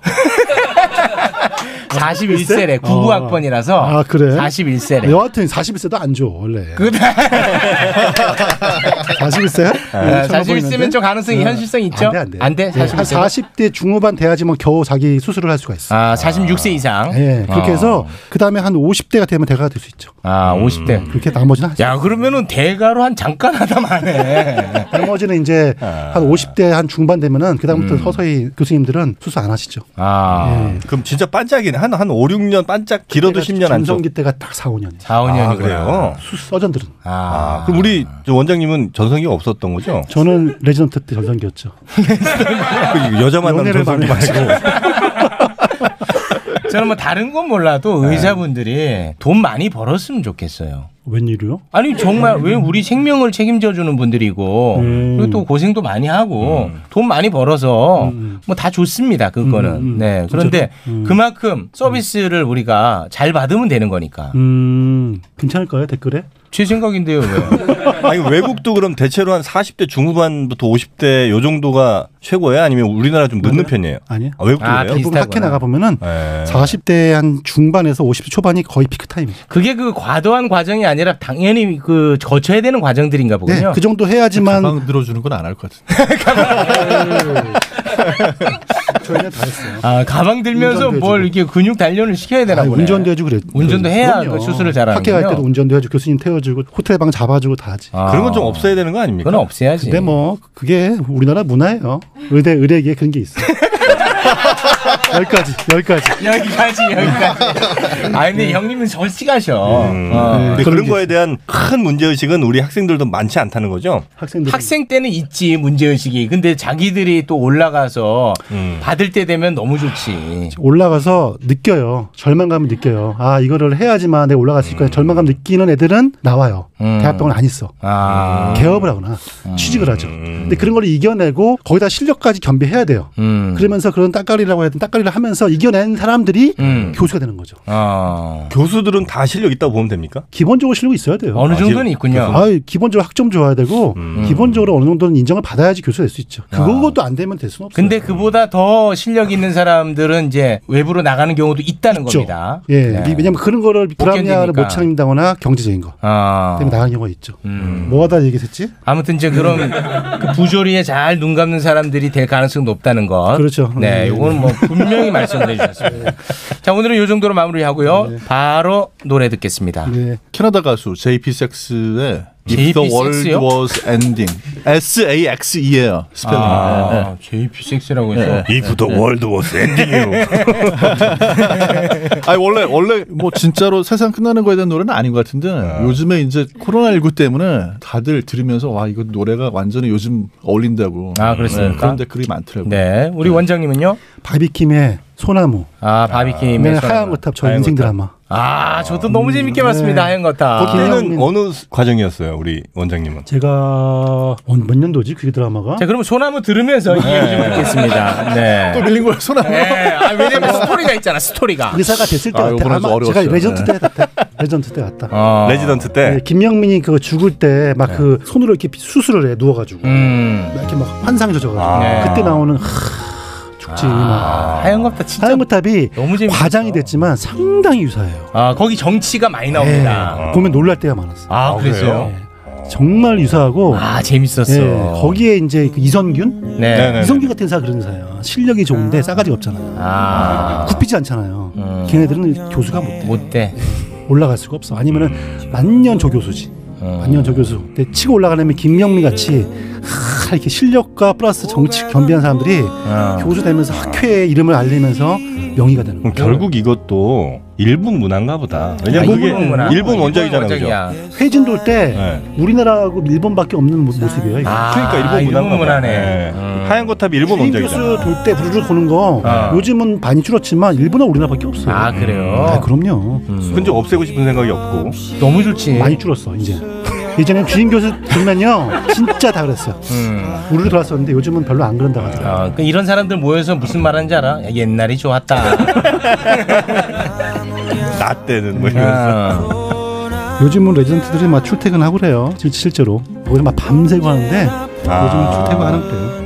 41세래 99학번이라서
아 그래?
어, 41세래.
여하튼 41세도 안 줘 원래.
그
41세? 음,
아, 41세면 좀 가능성이 현실성이 있죠?
네. 안돼 네. 안돼.
안 돼? 41 세면?
40대 중후반 돼야지만 뭐 겨우 자기 수술을 할 수가 있어.
아 46세 이상.
예, 그렇게 해서 그 다음에 한 50대가 되면 대가가 될 수 있죠.
아 50대.
음. 그렇게 나머지는 하죠.
야 그러면은 대가로 한 잠깐 하다만해.
나머지는 이제
아.
한 50대 한 중반 되면은 그 다음부터 서서히 교수님들은 수술 안 하시죠.
아
네.
그럼 진짜 반짝이네 한한 5, 6년 반짝 길어도 10년 안 줘.
전성기 때가 딱 4, 5년.
4, 5년이구나.
아, 그래요?
수 서전들은
아, 그럼 우리 저 원장님은 전성기가 없었던 거죠?
저는 레지던트 때 전성기였죠.
<laughs> 그 여자 만나면
연애를
전성기
많이
말고
<laughs> 저는 뭐 다른 건 몰라도
네.
의사분들이 돈 많이 벌었으면 좋겠어요.
웬일이요? 음,
아니 정말 왜 우리 생명을 책임져 주는 분들이고 그리고 또 고생도 많이 하고
음.
돈 많이 벌어서 뭐 다 좋습니다 그거는
음,
네 그런데 그만큼 서비스를 우리가 잘 받으면 되는 거니까
음, 괜찮을까요 댓글에?
제 생각인데요 왜
<laughs> 아니 외국도 그럼 대체로 한 40대 중후반부터 50대 요 정도가 최고예요? 아니면 우리나라 좀 늦는 편이에요?
아니요.
아, 외국도
아,
그래요?
비슷-
대부분 학회
비슷하구나.
나가 보면은
네.
40대 한 중반에서 50대 초반이 거의 피크 타임이죠.
그게 그 과도한 과정이 아니라 당연히 그 거쳐야 되는 과정들인가
네,
보군요
그 정도 해야지만
가방 들어주는 건 안 할 것 같은데.
<laughs> 저희는 다 했어요.
아 가방 들면서
운전도
뭘 이렇게 근육 단련을 시켜야 되나
아니,
보네
운전도 해주고 그래.
운전도 해야 그 수술을 잘하는군요.
학회 갈 때도 운전도 해주고 교수님 태워주고 호텔 방 잡아주고 다 하지.
아,
그런 건 좀 없어야 되는 거 아닙니까?
그건 없애야지
근데 뭐 그게 우리나라 문화예요. 의대 의대에 그런 게 있어. <laughs> 여기까지 여기까지.
여기까지
<laughs>
여기까지. 아 근데 형님은 솔직하셔. 어.
음. 근데
예. 네, 그런
그런
게
거에 대한 큰 문제 의식은 우리 학생들도 많지 않다는 거죠?
학생들
학생 때는 있지 문제 의식이. 근데 자기들이 또 올라가서
음.
받을 때 되면 너무
아,
좋지.
올라가서 느껴요. 절망감을 느껴요. 아 이거를 해야지만 내가 올라갈 수
음.
있구나. 절망감 느끼는 애들은 나와요. 대학병원 안 있어.
아,
개업을 하거나
음.
취직을 하죠. 근데 그런 걸 이겨내고 거기다 실력까지 겸비해야 돼요.
음.
그러면서 그런 따까리라고 해야 되나 따까리를 하면서 이겨낸 사람들이
음.
교수가 되는 거죠.
어.
교수들은 다 실력 있다고 보면 됩니까?
기본적으로 실력이 있어야 돼요.
어느
아,
정도는
지금
있군요. 음.
아, 기본적으로 학점 좋아야 되고 기본적으로 어느 정도는 인정을 받아야지 교수가 될 수 있죠. 그것도 안 되면 될 수는 없어요.
근데 그보다 더 실력 있는 사람들은 이제 외부로 나가는 경우도 있다는
있죠.
겁니다.
예,
네.
이- 왜냐면 그런 거를 불합리화를
견디니까.
못 참는다거나 경제적인 거
아. 음.
때문에 나가는 경우가 있죠. 뭐가 다 얘기했지?
아무튼 이제
음.
그런 그 부조리에 잘 눈 감는 사람들이 될 가능성이 높다는 것.
그렇죠. 예.
네,
네,
요거는 뭐 분명히 말씀해 주셨습니다. 자, 오늘은 요 정도로 마무리하고요.
예.
바로 노래 듣겠습니다.
네.
캐나다 가수 JP 섹스의
JP
If the World
섹스요?
Was Ending S A X E예요 스펠링. 예, 예.
아, JP6라고 해서.
If the world was ending
<laughs> 아니 원래 원래 뭐 진짜로 세상 끝나는 거에 대한 노래는 아닌 것 같은데 요즘에 이제 코로나 19 때문에 다들 들으면서 와 이거 노래가 완전히 요즘 어울린다고 예,
아, 그렇습니까?
그런 댓글이 많더라고요.
네, 우리 원장님은요?
바비킴의 소나무.
아, 바비킴의
맨
소녀.
네, 하얀 거탑 저
하얀
인생
거탑.
드라마. 음, 네.
아, 저도 너무 재밌게 봤습니다. 하얀 거탑.
그때는
김영민.
어느 과정이었어요 우리 원장님은?
제가 어, 몇 년도지 그 드라마가? 네.
자, 그럼 소나무 들으면서 이야기 좀 듣겠습니다.
또
네.
밀린 거예요 소나무.
네. 아, 왜냐면 스토리가 있잖아, 스토리가.
의사가 됐을 때
아,
같아.
요번엔
아마
좀 어려웠어요.
제가 레전드
네.
때 같아. 레전드 때 같다.
<laughs> 어. 네.
레지던트 때?
네, 김영민이 그 죽을 때 막 그 손으로 이렇게 수술을 해 누워가지고
음.
이렇게 막 환상이 져가지고
아.
그때 나오는 하, 죽지 막
아, 하얀 거탑 진짜
하얀무탑이
너무 재밌었어.
과장이 됐지만 상당히 유사해요.
아 거기 정치가 많이 나옵니다.
예, 보면 놀랄 예. 때가 많았어. 요
아,
아,
그랬어요?
정말 유사하고
아 재밌었어.
예, 거기에 이제 그 이선균
네.
네네.
이성규 같은 사가 그런 사예요. 실력이 좋은데 싸가지가 없잖아요.
아 음.
굽히지 않잖아요. 걔네들은 교수가 못돼.
어. 못돼.
올라갈 수가 없어. 아니면은 만년 조교수지.
어.
만년 조교수. 근데 치고 올라가려면 김명미 같이 하, 이렇게 실력과 플러스 정치 겸비한 사람들이
어.
교수 되면서 학회의 이름을 알리면서 명의가 되는
그럼
거예요.
결국 이것도 일본 문화인가 보다. 왜냐면
아,
그게
일본 문화?
일본 원작이잖아요. 그죠?
원작이야.
회진 돌때
네.
우리나라하고 일본밖에 없는 모- 모습이에요. 이거.
아,
그러니까 일본 문화인가
일본
보다.
문화네.
예. 하얀 거탑이 일본
인 교수
원작이잖아.
돌 때 부르르 도는 거
아.
요즘은 많이 줄었지만 일본은 우리나라밖에 없어요.
아 그래요.
음.
음.
아, 그럼요.
근데 없애고 싶은 생각이 없고.
너무 좋지.
많이 줄었어 이제. <laughs> 예전에 주임 교수 보면요 진짜 다 그랬어요.
음.
우르르 돌았었는데 요즘은 별로 안 그런다고 하더라고요.
아, 그 이런 사람들 모여서 무슨 말하는지 알아? 야, 옛날이 좋았다.
<laughs> 나 때는 뭐
이러면서.
요즘은 레지던트들이 막 출퇴근하고 그래요. 실- 실제로 거기서 막 밤새고 하는데
아.
요즘은 출퇴근하는 그래요.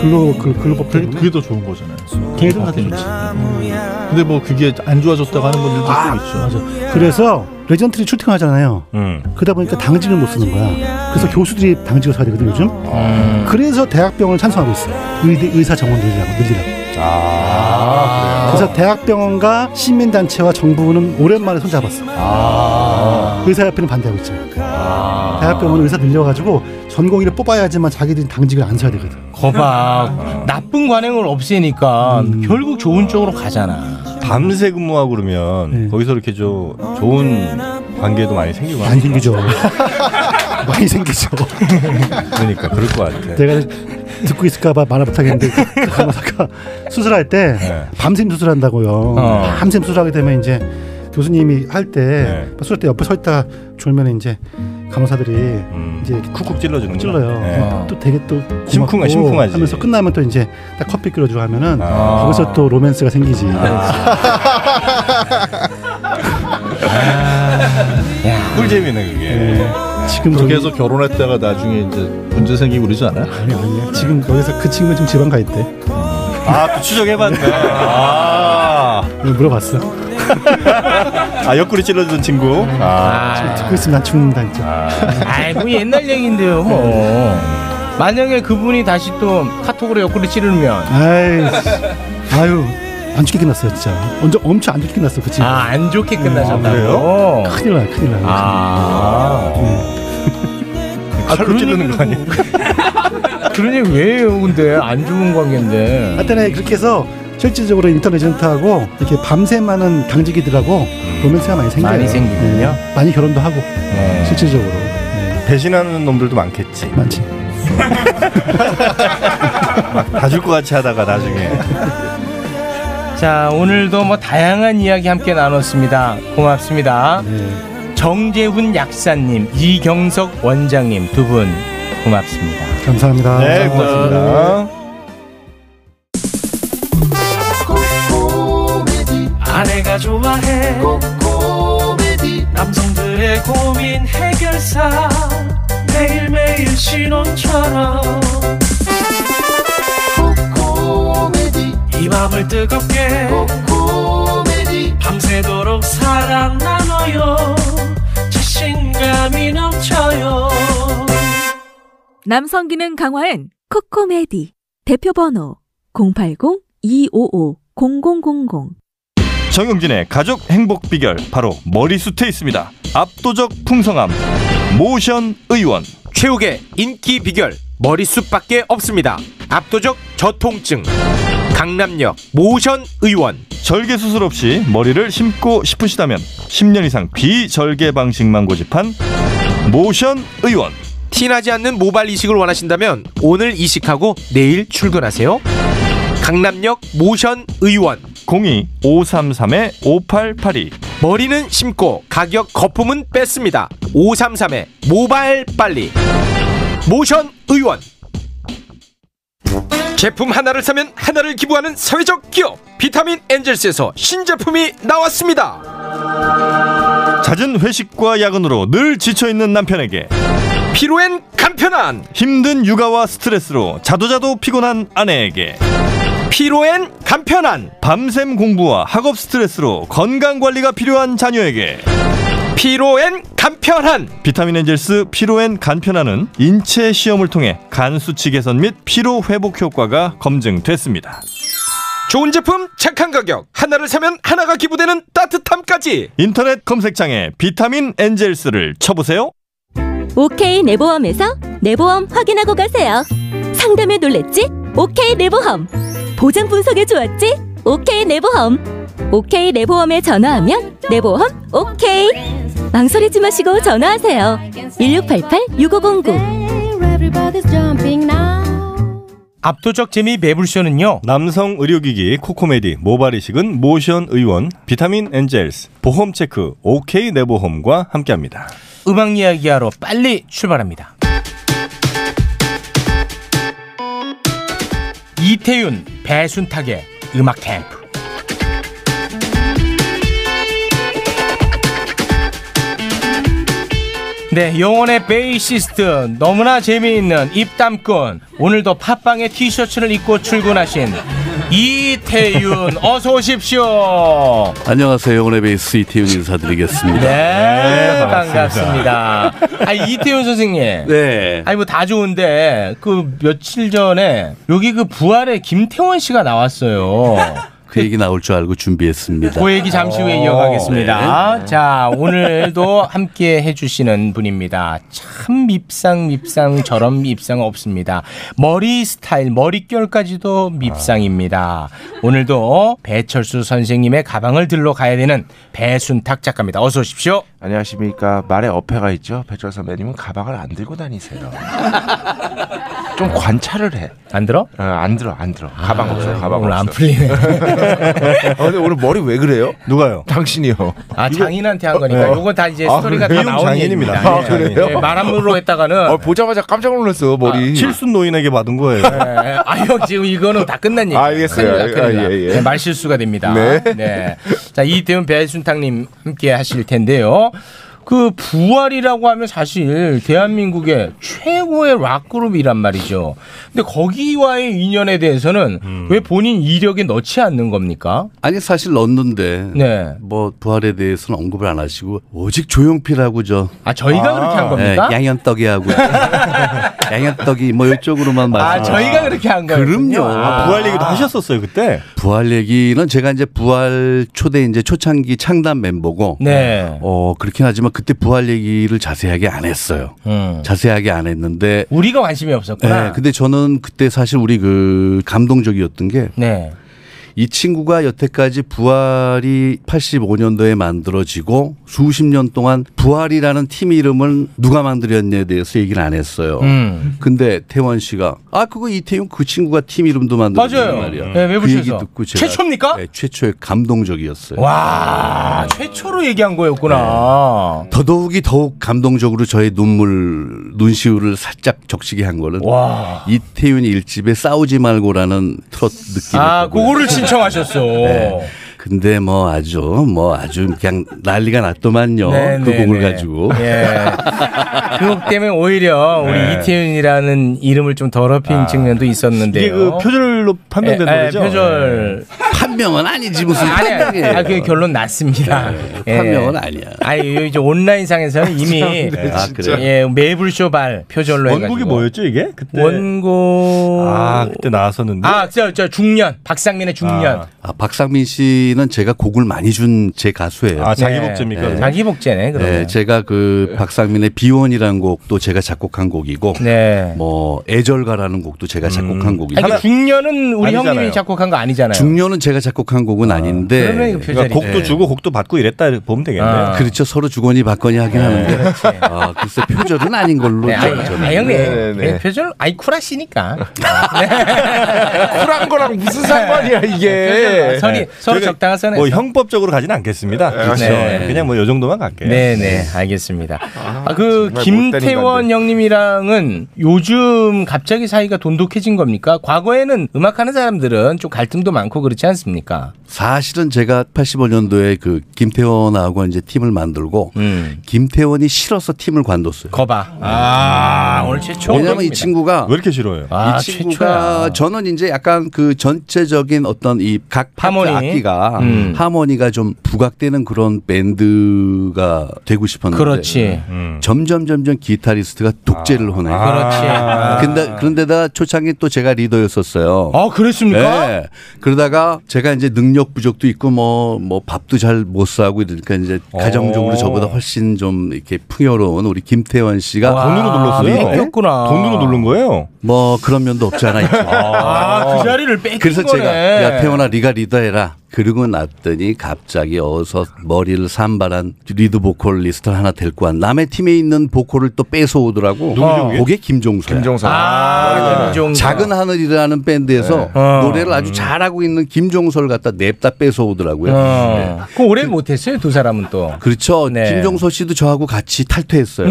글로 글 글로
그게, 그게 더 좋은 거잖아요.
걔들 같은
좋지. 음. 근데 뭐 그게 안 좋아졌다고 하는 분들도 또 있죠.
맞아. 그래서 레전트들이 출퇴근하잖아요. 그러다 보니까 당직을 못 쓰는 거야. 그래서 교수들이 당직을 사야 되거든 요즘. 그래서 대학병원을 찬성하고 있어. 의대 의사 정원 늘리라고 늘리라고. 아, 그래서 대학병원과 시민단체와 정부는 오랜만에 손잡았어. 의사협회는 반대하고 있죠. 아. 대학병원 의사 늘려가지고 전공의를 뽑아야지만 자기들이 당직을 안 써야 되거든.
어.
거봐 나쁜 관행을 없애니까 결국 좋은 쪽으로 가잖아.
음. 밤새 근무하고 그러면 음.
네.
거기서 이렇게 저 좋은 관계도 많이 생기고
많이
<laughs>
생기죠. 많이 생기죠.
그러니까 그럴 것 같아.
내가 듣고 있을까봐 말을 못하겠는데 간호사가 수술할 때 밤샘 수술한다고요.
네. 어.
밤샘 수술하게 되면 이제 교수님이 할 때
네.
수술 때 옆에 서 있다 졸면 이제 간호사들이 이제 이렇게
음. 쿡쿡 찔러주는
찔러요. 어,
네.
또 되게 또
심쿵하-
고맙고
심쿵하지. 아.
하면서 끝나면 또 이제 딱 커피 끓여주고 하면은 거기서 또 로맨스가 생기지.
꿀잼이네 그게.
지금
그렇게 해서 결혼했다가 나중에 이제 문제 생기고 그러지 않아요?
아니 아니 지금 거기서 그 친구 좀 지방 가 있대.
아또 그 추적해봤네. 아.
음, 물어봤어.
아 옆구리 찔러주던 친구.
지금
아.
듣고 있으면 난 죽는다
아.
진짜.
아이고 뭐 옛날 얘기인데요. 뭐. 만약에 그분이 다시 또 카톡으로 옆구리 찌르면
아이, 아유, 안 좋게 끝났어요, 진짜. 언제 엄청 안 좋게 끝났어, 그치?
아, 안 좋게
음.
끝나셨다고?
큰일 나요, 큰일 나요.
아.
아, 칼로 찌르는 거 아니에요?
<laughs> 그런 얘기 왜 해요? 근데 안 좋은 관계인데.
하여튼 그렇게 해서 실질적으로 인터넷 전트하고 이렇게 밤새 많은 당직이들하고 로맨스가 많이 생겨요.
음. 많이 생기군요.
네, 많이 결혼도 하고 실질적으로
배신하는 놈들도 많겠지.
많지. <laughs>
아. 다줄 것 같이 하다가 나중에.
자 오늘도 뭐 다양한 이야기 함께 나눴습니다. 고맙습니다.
네.
정재훈 약사님, 이경석 원장님 두 분 고맙습니다.
감사합니다.
네, 고맙습니다.
아내가 좋아해 코코메디 남성들의 고민 해결사 매일매일 신혼처럼 코코메디 이 맘을 뜨겁게 코코메디 밤새도록 사랑 나눠요 자신감이 넘쳐요
남성 기능 강화엔 코코메디 대표 번호 080-255-0000
정용진의 가족 행복 비결 바로 머리숱에 있습니다. 압도적 풍성함 모션 의원
최욱의 인기 비결 머리숱밖에 없습니다. 압도적 저통증 강남역 모션 의원
절개 수술 없이 머리를 심고 싶으시다면 10년 이상 비절개 방식만 고집한 모션 의원
티나지 않는 모발 이식을 원하신다면 오늘 이식하고 내일 출근하세요. 강남역 모션 의원
02-533-5882
머리는 심고 가격 거품은 뺐습니다. 533에 모발 빨리 모션 의원 제품 하나를 사면 하나를 기부하는 사회적 기업 비타민 엔젤스에서 신제품이 나왔습니다.
잦은 회식과 야근으로 늘 지쳐있는 남편에게
피로엔 간편한
힘든 육아와 스트레스로 자도자도 피곤한 아내에게
피로엔 간편한
밤샘 공부와 학업 스트레스로 건강관리가 필요한 자녀에게
피로엔 간편한
비타민 엔젤스 피로엔 간편하는 인체 시험을 통해 간 수치 개선 및 피로 회복 효과가 검증됐습니다.
좋은 제품 착한 가격 하나를 사면 하나가 기부되는 따뜻함까지
인터넷 검색창에 비타민 엔젤스를 쳐보세요.
오케이 내보험에서 내보험 확인하고 가세요. 상담에 놀랬지? 오케이 내보험. 보장 분석에 좋았지? 오케이 내보험. 오케이 내보험에 전화하면 내보험 오케이. 망설이지 마시고 전화하세요. 1688-6509.
압도적 재미 매불쇼는요. 남성 의료기기 코코메디 모발이식은 모션 의원 비타민 엔젤스 보험체크 OK 내보험과 함께합니다.
음악 이야기하러 빨리 출발합니다. 이태윤, 배순탁의 음악 캠프. 네, 영혼의 베이시스트 너무나 재미있는 입담꾼 오늘도 팟빵에 티셔츠를 입고 출근하신 이태윤 어서 오십시오.
어. 안녕하세요. 영혼의
<laughs>
베이스 이태윤 인사드리겠습니다.
네, 반갑습니다. 네, 아 이태윤 선생님.
네.
아니 뭐 다 좋은데 그 며칠 전에 여기 그 부활에 김태원 씨가 나왔어요.
그 얘기 나올 줄 알고 준비했습니다. 네.
그 얘기 잠시 후에 이어가겠습니다. 네. 자, 오늘도 함께 해주시는 분입니다. 참 밉상, 밉상, 저런 밉상 없습니다. 머리 스타일, 머릿결까지도 밉상입니다. 오늘도 배철수 선생님의 가방을 들러 가야 되는 배순탁 작가입니다. 어서 오십시오.
안녕하십니까. 말에 어폐가 있죠. 배철 선배님은 가방을 안 들고 다니세요. 좀 관찰을 해.
안 들어? 아,
안 들어, 안 들어. 가방 없어요, 가방
오늘
없어.
안 풀리네.
<laughs> 아, 근데 오늘 머리 왜 그래요?
누가요?
당신이요.
아 장인한테 한 거니까
어.
이건 다 이제
아,
스토리가 다
미용
나온
장인입니다.
얘기입니다.
아, 그래요?
예,
<laughs>
말함으로 했다가는
어,
아,
보자마자 깜짝 놀랐어 머리.
칠순 노인에게 받은 거예요.
네, 아형 지금 이거는 다 끝난 얘기.
알겠어요. 아, 예, 예.
네, 말 실수가 됩니다.
네.
네. 자 이태훈 배순탁님 함께 하실 텐데요. 그 부활이라고 하면 사실 대한민국의 최고의 락 그룹이란 말이죠. 근데 거기와의 인연에 대해서는
음.
왜 본인 이력에 넣지 않는 겁니까?
아니 사실 넣었는데
네.
뭐 부활에 대해서는 언급을 안 하시고 오직 조용필하고 저 아 네,
저희가 그렇게 한 겁니까?
양현떡이하고
<laughs>
양현떡이 뭐 이쪽으로만 말씀.
아 저희가 그렇게 한 거예요.
그럼요.
아, 부활 얘기도 하셨었어요 그때.
아. 부활 얘기는 제가 이제 부활 초대 이제 초창기 창단 멤버고
네.
어 그렇긴 하지만 그때 부활 얘기를 자세하게 안 했어요. 자세하게 안 했는데
우리가 관심이 없었구나.
네, 근데 저는 그때 사실 우리 그 감동적이었던 게
네.
이 친구가 여태까지 부활이 85년도에 만들어지고 수십 년 동안 부활이라는 팀 이름을 누가 만들었냐에 대해서 얘기를 안 했어요.
음.
근데 태원 씨가 아 그거 이태용 그 친구가 팀 이름도 만들었단
맞아요.
말이야.
네,
그 얘기
외부에서
듣고 제가
최초입니까?
네, 최초의 감동적이었어요.
와 최초로 얘기한 거였구나.
네. 더더욱이 더욱 감동적으로 저의 눈물 눈시울을 살짝 적시게 한 거는
와.
이태윤이 일집에 싸우지 말고라는 트롯 느낌.
아 그거를 신청하셨어.
네. 근데 뭐 아주 뭐 아주 그냥 난리가 났더만요.
네,
그
네,
곡을
네.
가지고. <laughs>
예. 그것 때문에 오히려 우리
네. 아,
이태윤이라는 이름을 좀 더럽힌 측면도 있었는데요.
이게 그 표절로 판명된
예, 예,
노래죠?
표절.
네. 판명은 아니지 무슨
아니,
판명이에요. 네, 그
아, 그게 결론 났습니다. 예.
판명은 아니야.
아니 이제 온라인상에서는 이미
네, <laughs> 아, 그래요?
예, 매불쇼 발 표절로 해가지고
원곡이 뭐였죠 이게? 그때
원곡
아 그때 나왔었는데
아저 저 중년 박상민의 중년.
아, 박상민 씨는 제가 곡을 많이 준 제 가수예요.
아, 자기 네. 복제입니까? 자기 복제네, 예, 그러면.
제가
예.
그 박상민의 비원이라는 곡도 제가 작곡한 곡이고, 뭐 애절가라는 곡도 제가
음.
작곡한 곡이고.
네. 아니, 그 중년은 우리
아니잖아요.
형님이 작곡한 거 아니잖아요.
중년은 제가 작곡한 곡은 아닌데.
그러면 이거 표절이네. 그러니까 곡도
주고 곡도 받고 이랬다 보면 되겠네요.
아.
그렇죠. 서로 주거니 받거니 하긴 하는데. 아, 글쎄 표절은 아닌 걸로.
네, 아니,
저는.
아, 형님. 네, 표절, 아이, 쿨하시니까.
쿨한 거랑 무슨 상관이야 이게?
네. 선이, 서로 적당한 선에서.
예. 네. 뭐 형법적으로 가진 않겠습니다. 그렇죠.
네.
그냥 뭐 요 정도만 갈게요.
네, 네, 알겠습니다. 아, 그,
정말 못된
김태원 형님이랑은 요즘 갑자기 사이가 돈독해진 겁니까? 과거에는 음악하는 사람들은 좀 갈등도 많고 그렇지 않습니까?
사실은 제가 85년도에 그 김태원하고 이제 팀을 만들고 김태원이 싫어서 팀을 관뒀어요.
음. 거봐. 아, 오늘 최초.
왜냐면 이 친구가
왜 이렇게 싫어요?
아,
이 친구가 저는 이제 약간 그 전체적인 어떤 이 각 파트
하모니.
악기가
음.
하모니가 좀 부각되는 그런 밴드가 되고 싶었는데
그렇지.
점점 점점 기타리스트가
아.
독재를 하네.
그렇지.
근데 그런데다 초창기 또 제가 리더였었어요.
아 그랬습니까?
네. 그러다가 제가 이제 능력 부족도 있고 뭐 뭐 밥도 잘 못 사고 이러니까 이제
어.
가정적으로
오.
저보다 훨씬 좀 이렇게 풍요로운 우리 김태원 씨가
와, 돈으로 눌렀어요? 뺏겼구나. 돈으로
누른 거예요?
뭐 그런 면도 없지 않아 있죠.
아, 그 자리를 뺏긴
그래서
거네.
제가 야 태원아 네가 리더해라. 그러고 났더니 갑자기 어서 머리를 산발한 리드 보컬리스트를 하나 데리고 한 남의 팀에 있는 보컬을 또 뺏어오더라고.
누구죠, 그게?
그게 김종서야.
김종서.
아,
김종서.
작은 하늘이라는 밴드에서
네. 어.
노래를 아주 잘하고 있는 김종서를 갖다 냅다 뺏어오더라고요. 네.
어. 그 오래 못했어요 두 사람은 또.
그렇죠.
네.
<laughs> 김종서 씨도 저하고 같이 탈퇴했어요.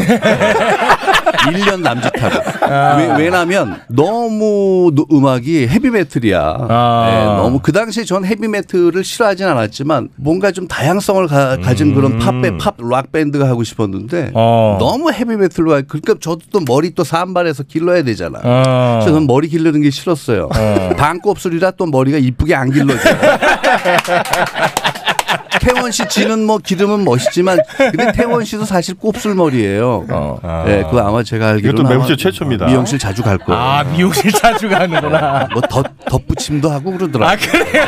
1년 남짓하고.
아.
왜, 왜냐면 너무 노- 음악이 헤비메틀이야.
아.
네, 너무 그 당시에 전 헤비메틀을 싫어하진 않았지만 뭔가 좀 다양성을 가, 진 그런
음.
팝배 팝락 밴드가 하고 싶었는데
어.
어.
너무 헤비메틀로 하- 그러니까 저도 또 머리 또 산발해서 길러야 되잖아.
어.
저는 머리 길르는 게 싫었어요.
아.
반곱슬이라 또 머리가 이쁘게 안 길러져.
<laughs>
태원 씨 지는 뭐 기름은 멋있지만 근데 태원 씨도 사실 곱슬머리예요.
어.
네, 그 아마 제가 알기로는
이것도 매부쇼
아마
최초입니다.
미용실 자주 갈 거예요.
아 미용실 자주 가는구나.
네. 뭐덧 덧붙임도 하고 네. 그러더라고.
아 그래요?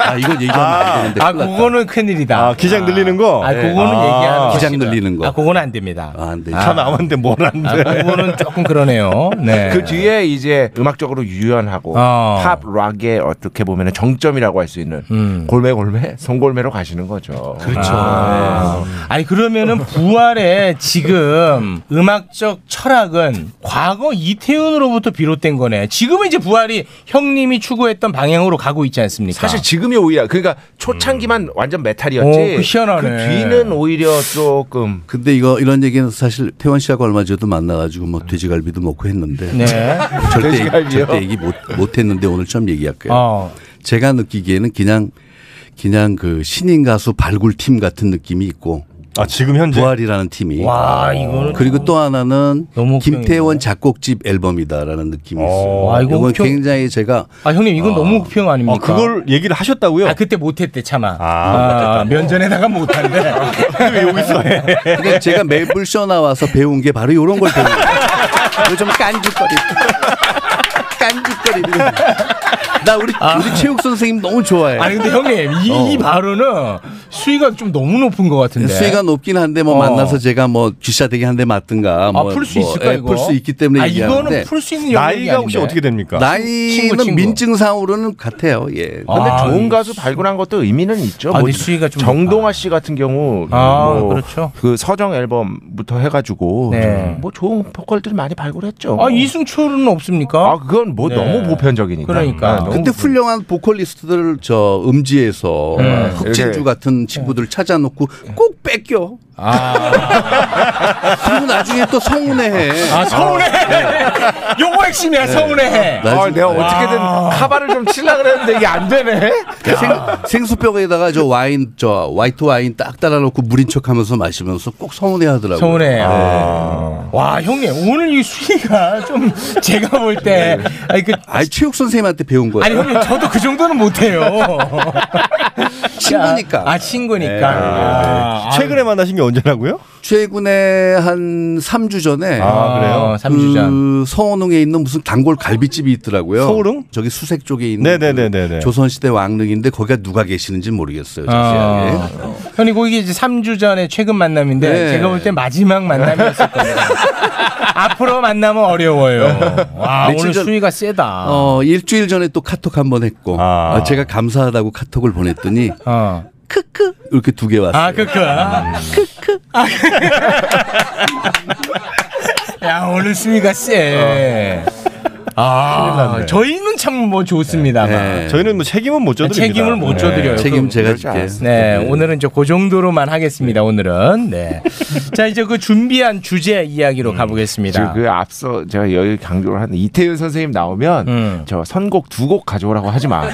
아 이건 얘기하면 안 되는데. 네.
아 그거는 큰일이다. 아
기장 늘리는 거.
아 그거는
아,
얘기하는
기장
늘리는
거. 아 그거는 안 됩니다.
안 돼.
다 나왔는데 뭘 안 돼.
아, 그거는 조금 그러네요. 네.
그 뒤에 이제 음악적으로 유연하고
어.
팝 락의 어떻게 보면 정점이라고 할 수 있는
음.
골매 골매 송골매로 가시는 거죠.
네.
그렇죠.
아.
아니 그러면은 부활의 지금 음악적 철학은 과거 이태원으로부터 비롯된 거네. 지금은 이제 부활이 형님이 추구했던 방향으로 가고 있지 않습니까?
사실 지금이 오히려 그러니까 초창기만 완전 메탈이었지.
네. 음. 오, 그 희한하네.
그 뒤는 오히려 조금
근데 이거 이런 얘기는 사실 태원 씨하고 얼마 전에도 만나가지고 뭐 돼지갈비도 먹고 했는데
네.
<laughs> 절대 얘기,
돼지갈비요?
절대 얘기 못, 못 했는데 오늘 좀 얘기할게요.
어.
제가 느끼기에는 그냥 그냥 그 신인 가수 발굴 팀 같은 느낌이 있고
아 지금 현재
부활이라는 팀이
와, 이거는
그리고 또 하나는 김태원 작곡집 앨범이다라는 느낌이 있어요.
와, 아, 이거
이건
혹평-
굉장히 제가
아 형님 이건 너무 혹평 아닙니까?
어,
아, 그걸
얘기를 하셨다고요?
아 그때 못했대 참아.
<laughs>
아, 면전에다가
<laughs>
못한데.
왜 여기서 해?
근데 제가 매불쇼 나와서 배운 게 바로 이런 걸 배운 거예요. 요즘 아,
<laughs>
깐죽거리. 깐죽거리. 나 우리 우리 체육 선생님 너무 좋아해.
아. 아니 근데 형님 이,
어.
이 발언은 수위가 좀 너무 높은 것 같은데.
수위가 높긴 한데 뭐
어. 아,
만나서 제가 뭐 귀싸대기 한 대 맞든가 뭐,
풀수
뭐,
있을까,
예,
이거?
풀수 있기 때문에
아,
얘기하는데
이거는 풀수 있는 영역이 나이가 혹시 아닌데. 어떻게 됩니까?
나이는
친구, 친구.
민증상으로는 같아요. 예.
근데 좋은 가수 발굴한 것도 의미는 있죠.
아,
뭐
근데 수위가 좀
정동아 씨 같은 경우
아,
뭐
그렇죠.
그 서정 앨범부터 해가지고
네.
뭐 좋은 보컬들 많이 발굴했죠.
아 이승철은 없습니까?
아 그건 뭐
네.
너무 보편적이니까.
그러니까.
아, 너무
근데 훌륭한 보컬리스트들 저 음지에서
네.
흑진주
이렇게.
같은 친구들 찾아놓고 꼭 뺏겨. <laughs> 그리고 나중에 또 서운해해.
아 서운해. 요거 핵심이야 서운해. 아.
나
아, 내가 어떻게든 카바를 좀 칠라 그랬는데 이게 안 되네.
어, 생, 수병에다가저 와인 저 화이트 와인 딱 따라놓고 물인 척하면서 마시면서 꼭 네. 서운해하더라고.
서운해. 아. 와 형님 오늘 이그
<laughs>
수위가 좀 <laughs> 제가 볼 때 아니 그
네, 아니 체육 선생님한테 배운 거예요.
아니 형님 저도 그 정도는 못해요. 친구니까. 아
네,
친구니까. 아,
최근에 만나신 게 언제라고요?
최근에 한 3주 전에
아, 그래요?
그 서원웅에 있는 무슨 단골 갈비집이 있더라고요. 서울웅? 저기 수색 쪽에 있는 그 조선시대 왕릉인데 거기가 누가 계시는지 모르겠어요. 자세하게.
아. 형님 거기 이제 3주 전에 최근 만남인데
네.
제가 볼 때 마지막 만남이었을 거예요. 앞으로 만나면 어려워요. 와
며칠
오늘
전-
수위가 세다.
어, 일주일 전에 또 카톡 한 번 했고 아, 제가 감사하다고 카톡을 보냈더니
어.
크크 이렇게 두 개 왔어요.
아 크크. 크크. <laughs> 야 오늘 수위가 세. 아, 저희는 참 뭐 좋습니다만 네,
저희는 뭐 책임은 못 져드립니다. 네.
책임을 못 져드려요. 그럼 그러지 않습니다. 네, 오늘은 이제 그 정도로만 하겠습니다. 오늘은 네. 자 이제 그 준비한 주제 이야기로 가보겠습니다.
지금 그 앞서 제가 여기 강조를 하는데 이태윤 선생님 나오면
음.
저 선곡 두 곡 가져오라고
<laughs>
하지 마.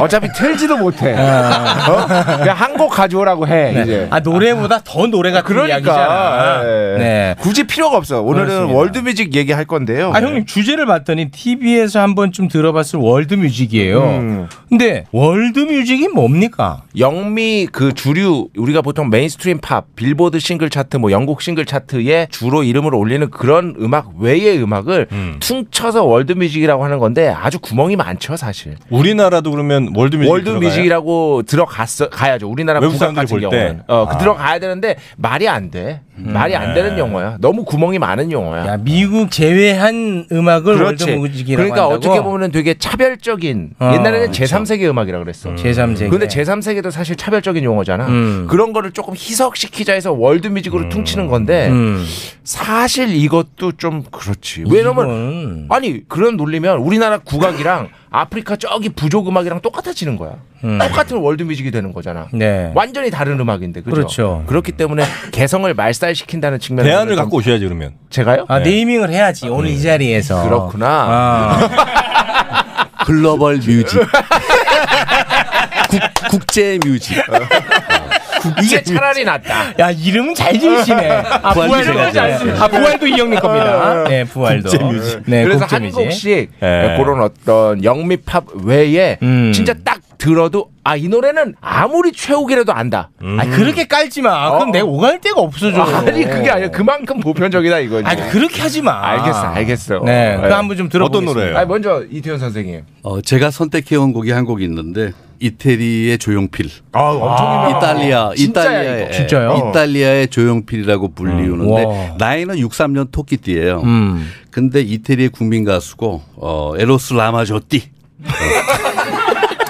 어차피 틀지도 못해. 어? 그냥 한 곡 가져오라고 해.
네.
이제.
아 노래보다 더 노래 같은
그러니까.
이야기잖아.
예.
네.
굳이 필요가 없어. 오늘은
그렇습니다.
월드뮤직 얘기할 건데요.
아 형님 주제를 봤더니 TV에서 한번 좀 들어봤을 월드뮤직이에요.
음.
근데 월드뮤직이 뭡니까?
영미 그 주류 우리가 보통 메인스트림 팝 빌보드 싱글 차트 뭐 영국 싱글 차트에 주로 이름을 올리는 그런 음악 외의 음악을 퉁쳐서 월드뮤직이라고 하는 건데 아주 구멍이 많죠 사실.
우리나라도 그러면 월드뮤직
월드뮤직이라고 들어갔어 가야죠. 우리나라
외국
국악
사람들이
같은
볼 때?
경우는 어, 그
아.
들어가야 되는데 말이 안 돼.
음.
말이
네.
안 되는 용어야. 너무 구멍이 많은 용어야.
미국 제외한 음악을 월드
그렇지.
뮤직이라고
그러니까
한다고?
어떻게 보면 되게 차별적인
어,
옛날에는
그쵸.
제3세계 음악이라 그랬어.
제3세계.
근데 제3세계도 사실 차별적인 용어잖아.
음.
그런 거를 조금 희석시키자 해서 월드 뮤직으로 퉁치는 건데
음.
사실 이것도 좀 그렇지. 왜냐면 아니 그런 놀리면
<laughs>
우리나라 국악이랑 아프리카 저기 부족 음악이랑 똑같아지는 거야.
음.
똑같은 월드 뮤직이 되는 거잖아.
네.
완전히 다른 음악인데 그죠?
그렇죠. <laughs>
그렇기 때문에 개성을 말살시킨다는 측면에서
대안을
좀-
갖고 오셔야지 그러면.
제가요? 음.
아, 네이밍을 해야지 오늘 이 자리에서. 아.
그렇구나.
<laughs> 글로벌 뮤직.
아,
국, 국제 뮤직.
이게 어. 차라리 낫다.
야 이름은 잘 지으시네. 아
부활도
부활도
제가
하지 않습니다. 아 부활도 이영님 겁니다. 네 부활도. 네
어. 그래서
국제 뮤직.
한국식
예.
그런 어떤 영미 팝 외에
음.
진짜 딱 들어도 아 이 노래는 아무리 최욱이라도 안다. 어?
아 그렇게 깔지 마. 그럼 내가 오갈 데가 없어져.
아니 그게 아니라 그만큼 보편적이다 이거지.
아니, 그렇게 하지 마.
알겠어, 알겠어.
네, 그 한번 좀 들어보겠습니다. 어떤 노래예요?
아니, 먼저 이태현 선생님.
어, 제가 선택해온 곡이 한 곡이 있는데 이태리의 조용필.
엄청
아,
유명하다.
이탈리아,
진짜야,
이탈리아의 예,
이거. 진짜요?
이탈리아의 조용필이라고 불리우는데
와.
나이는 63년 토끼띠예요.
음.
근데 이태리의 국민 가수고 어, 에로스 라마조띠.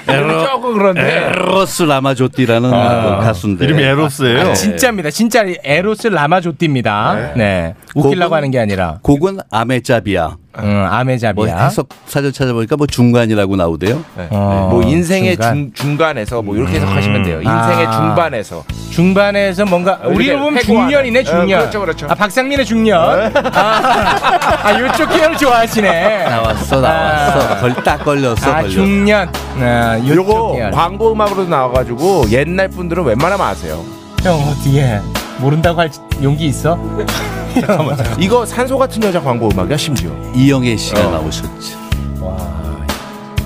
에로,
조금 그런데.
에로스 라마조띠라는
아,
그 가수인데
아,
네.
진짜입니다. 진짜 에로스 라마조띠입니다. 네. 웃기려고 하는 게 아니라.
곡은 아메짜비아.
아메자비아.
뭐 해석 사전 찾아보니까 뭐 중간이라고 나오대요. 네.
어,
뭐 인생의
중간.
중, 중간에서 뭐 이렇게 해석하시면 돼요. 인생의
아.
중반에서.
중반에서 뭔가
어,
우리를
이렇게
보면
해고하는.
중년이네 중년.
어, 그렇죠, 그렇죠.
아 박상민의 중년. 아, 아 이쪽 계열 좋아하시네.
나왔어, 나왔어. 걸, 딱 걸렸어,
아,
걸렸어.
중년. 요쪽
요거
계열.
광고 음악으로도 나와가지고 옛날 분들은 웬만하면 <laughs> 아세요.
형 어떻게 모른다고 할 용기 있어? 잠깐만.
이거 산소 같은 여자 광고 음악이야 심지어.
이영애 씨가 나오셨지.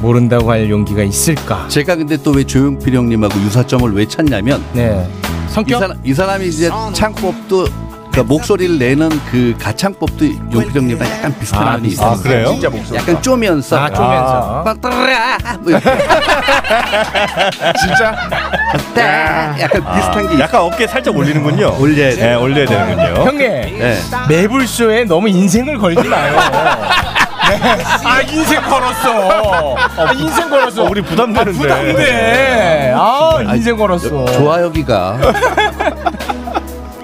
모른다고 할 용기가 있을까?
제가 근데 또 왜 조용필 형님하고 유사점을 왜 찾냐면
네.
성격 이, 사람, 이 사람이 이제 창법도 그러니까 목소리를 내는 그 가창법도 용필 형님과 약간 비슷한
아,
면이 있어요.
비슷한 그래요? 진짜 목소리가.
약간 쪼면서
아, 쪼면서.
빠따라 뭐 이렇게
<laughs> 진짜
네. 딱 약간
아.
비슷한 게 있어요.
아, 약간 어깨 살짝 올리는군요.
올려야
돼. 네, 올려야 되는군요.
형님 매불쇼에 너무 인생을 걸지 마요. 네. 아 인생 걸었어. 아, 인생 걸었어.
어, 우리 부담되는데.
아, 부담돼. 아 인생 걸었어.
좋아 여기가.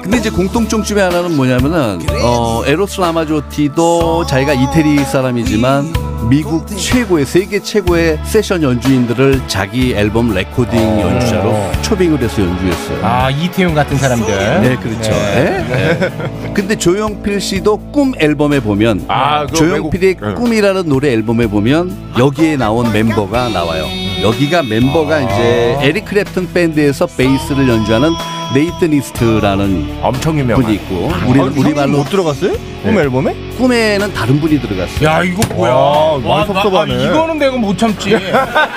근데 이제 공통점쯤에 하나는 뭐냐면은 어, 에로스 라마조티도 자기가 이태리 사람이지만 미국 최고의 세계 최고의 세션 연주인들을 자기 앨범 레코딩
어.
연주자로 초빙을 해서 연주했어요.
아 이태용 같은 사람들.
네, 그렇죠.
네.
네. 근데 조용필 씨도 꿈 앨범에 보면
아, 그거
조용필의
외국- 네.
꿈이라는 노래 앨범에 보면 여기에 나온 멤버가 나와요. 여기가
아.
멤버가 이제 에릭 크랩튼 밴드에서 베이스를 연주하는 네이튼 이스트라는
엄청 유명한
분이 있고 우리
아, 형님
우리말로
뭐
못 들어갔어요? 꿈 앨범에?
꿈에는 다른 분이 들어갔어요.
야 이거 뭐야?
아,
와, 아, 많이
와,
섭섭하네.
나- 아, 이거는 내가 못 참지.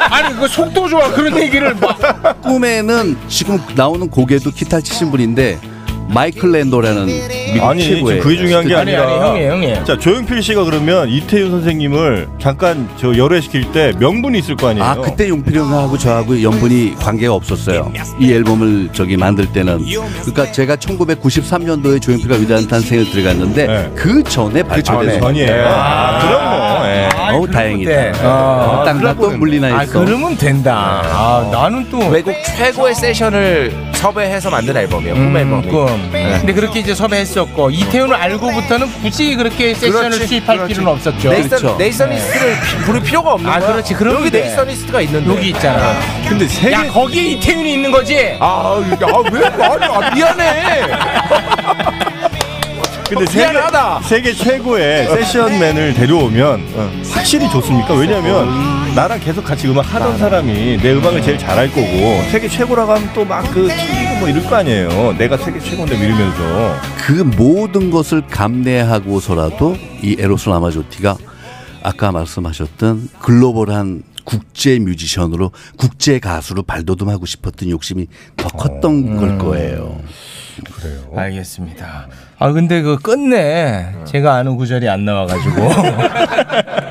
아니 그 속도 좋아 그런 얘기를 막.
꿈에는 지금 나오는 곡에도 기타 치신 분인데 마이클 랜도라는 미국
아니
최고의
지금 그게 중요한 게
아니,
아니라
아니, 형이에요, 형이에요.
자 조용필 씨가 그러면 이태윤 선생님을 잠깐 저 열애시킬 때 명분이 있을 거 아니에요
아 그때 용필 형하고 저하고 연분이 관계가 없었어요. 이 앨범을 저기 만들 때는 그러니까 제가 1993년도에 조용필과 위대한 탄생을 들어갔는데 그 전에 발표돼서
네.
네.
전이에요. 아, 그럼 뭐, 예.
어우 다행이다.
어.
아,
땅나또 물리나
아
했어.
그러면 된다. 아 나는 또
네. 외국 최고의 세션을 섭외해서 만든 앨범이에요. 음, 꿈 네. 앨범.
꿈. 네. 근데 그렇게 이제 섭외했었고 이태훈을 알고부터는 굳이 그렇게 세션을
그렇지,
수입할
그렇지.
필요는 없었죠.
네이선, 네이선이스트를 피- 부를 필요가 없는
아
거야.
그렇지. 그럼
여기 네이선이스트가 있는데.
여기 있잖아.
근데 세계
야 거기에 이태훈이 있는 거지.
아, 아왜 말이 아, 미안해.
근데 세계,
미안하다.
세계 최고의 세션맨을 데려오면 어, 확실히 좋습니까? 왜냐면 나랑 계속 같이 음악 하던 사람이 내 음악을 제일 잘할 거고 세계 최고라고 하면 또 막 그 튕기고 뭐 이럴 거 아니에요. 내가 세계 최고인데 뭐 밀면서
그 모든 것을 감내하고서라도 이 에로스 라마조티가 아까 말씀하셨던 글로벌한 국제 뮤지션으로 국제 가수로 발돋움하고 싶었던 욕심이 더
어. 음.
컸던 걸 거예요.
네. <laughs> 알겠습니다. 아 근데 그 끝내 제가 아는 구절이 안 나와가지고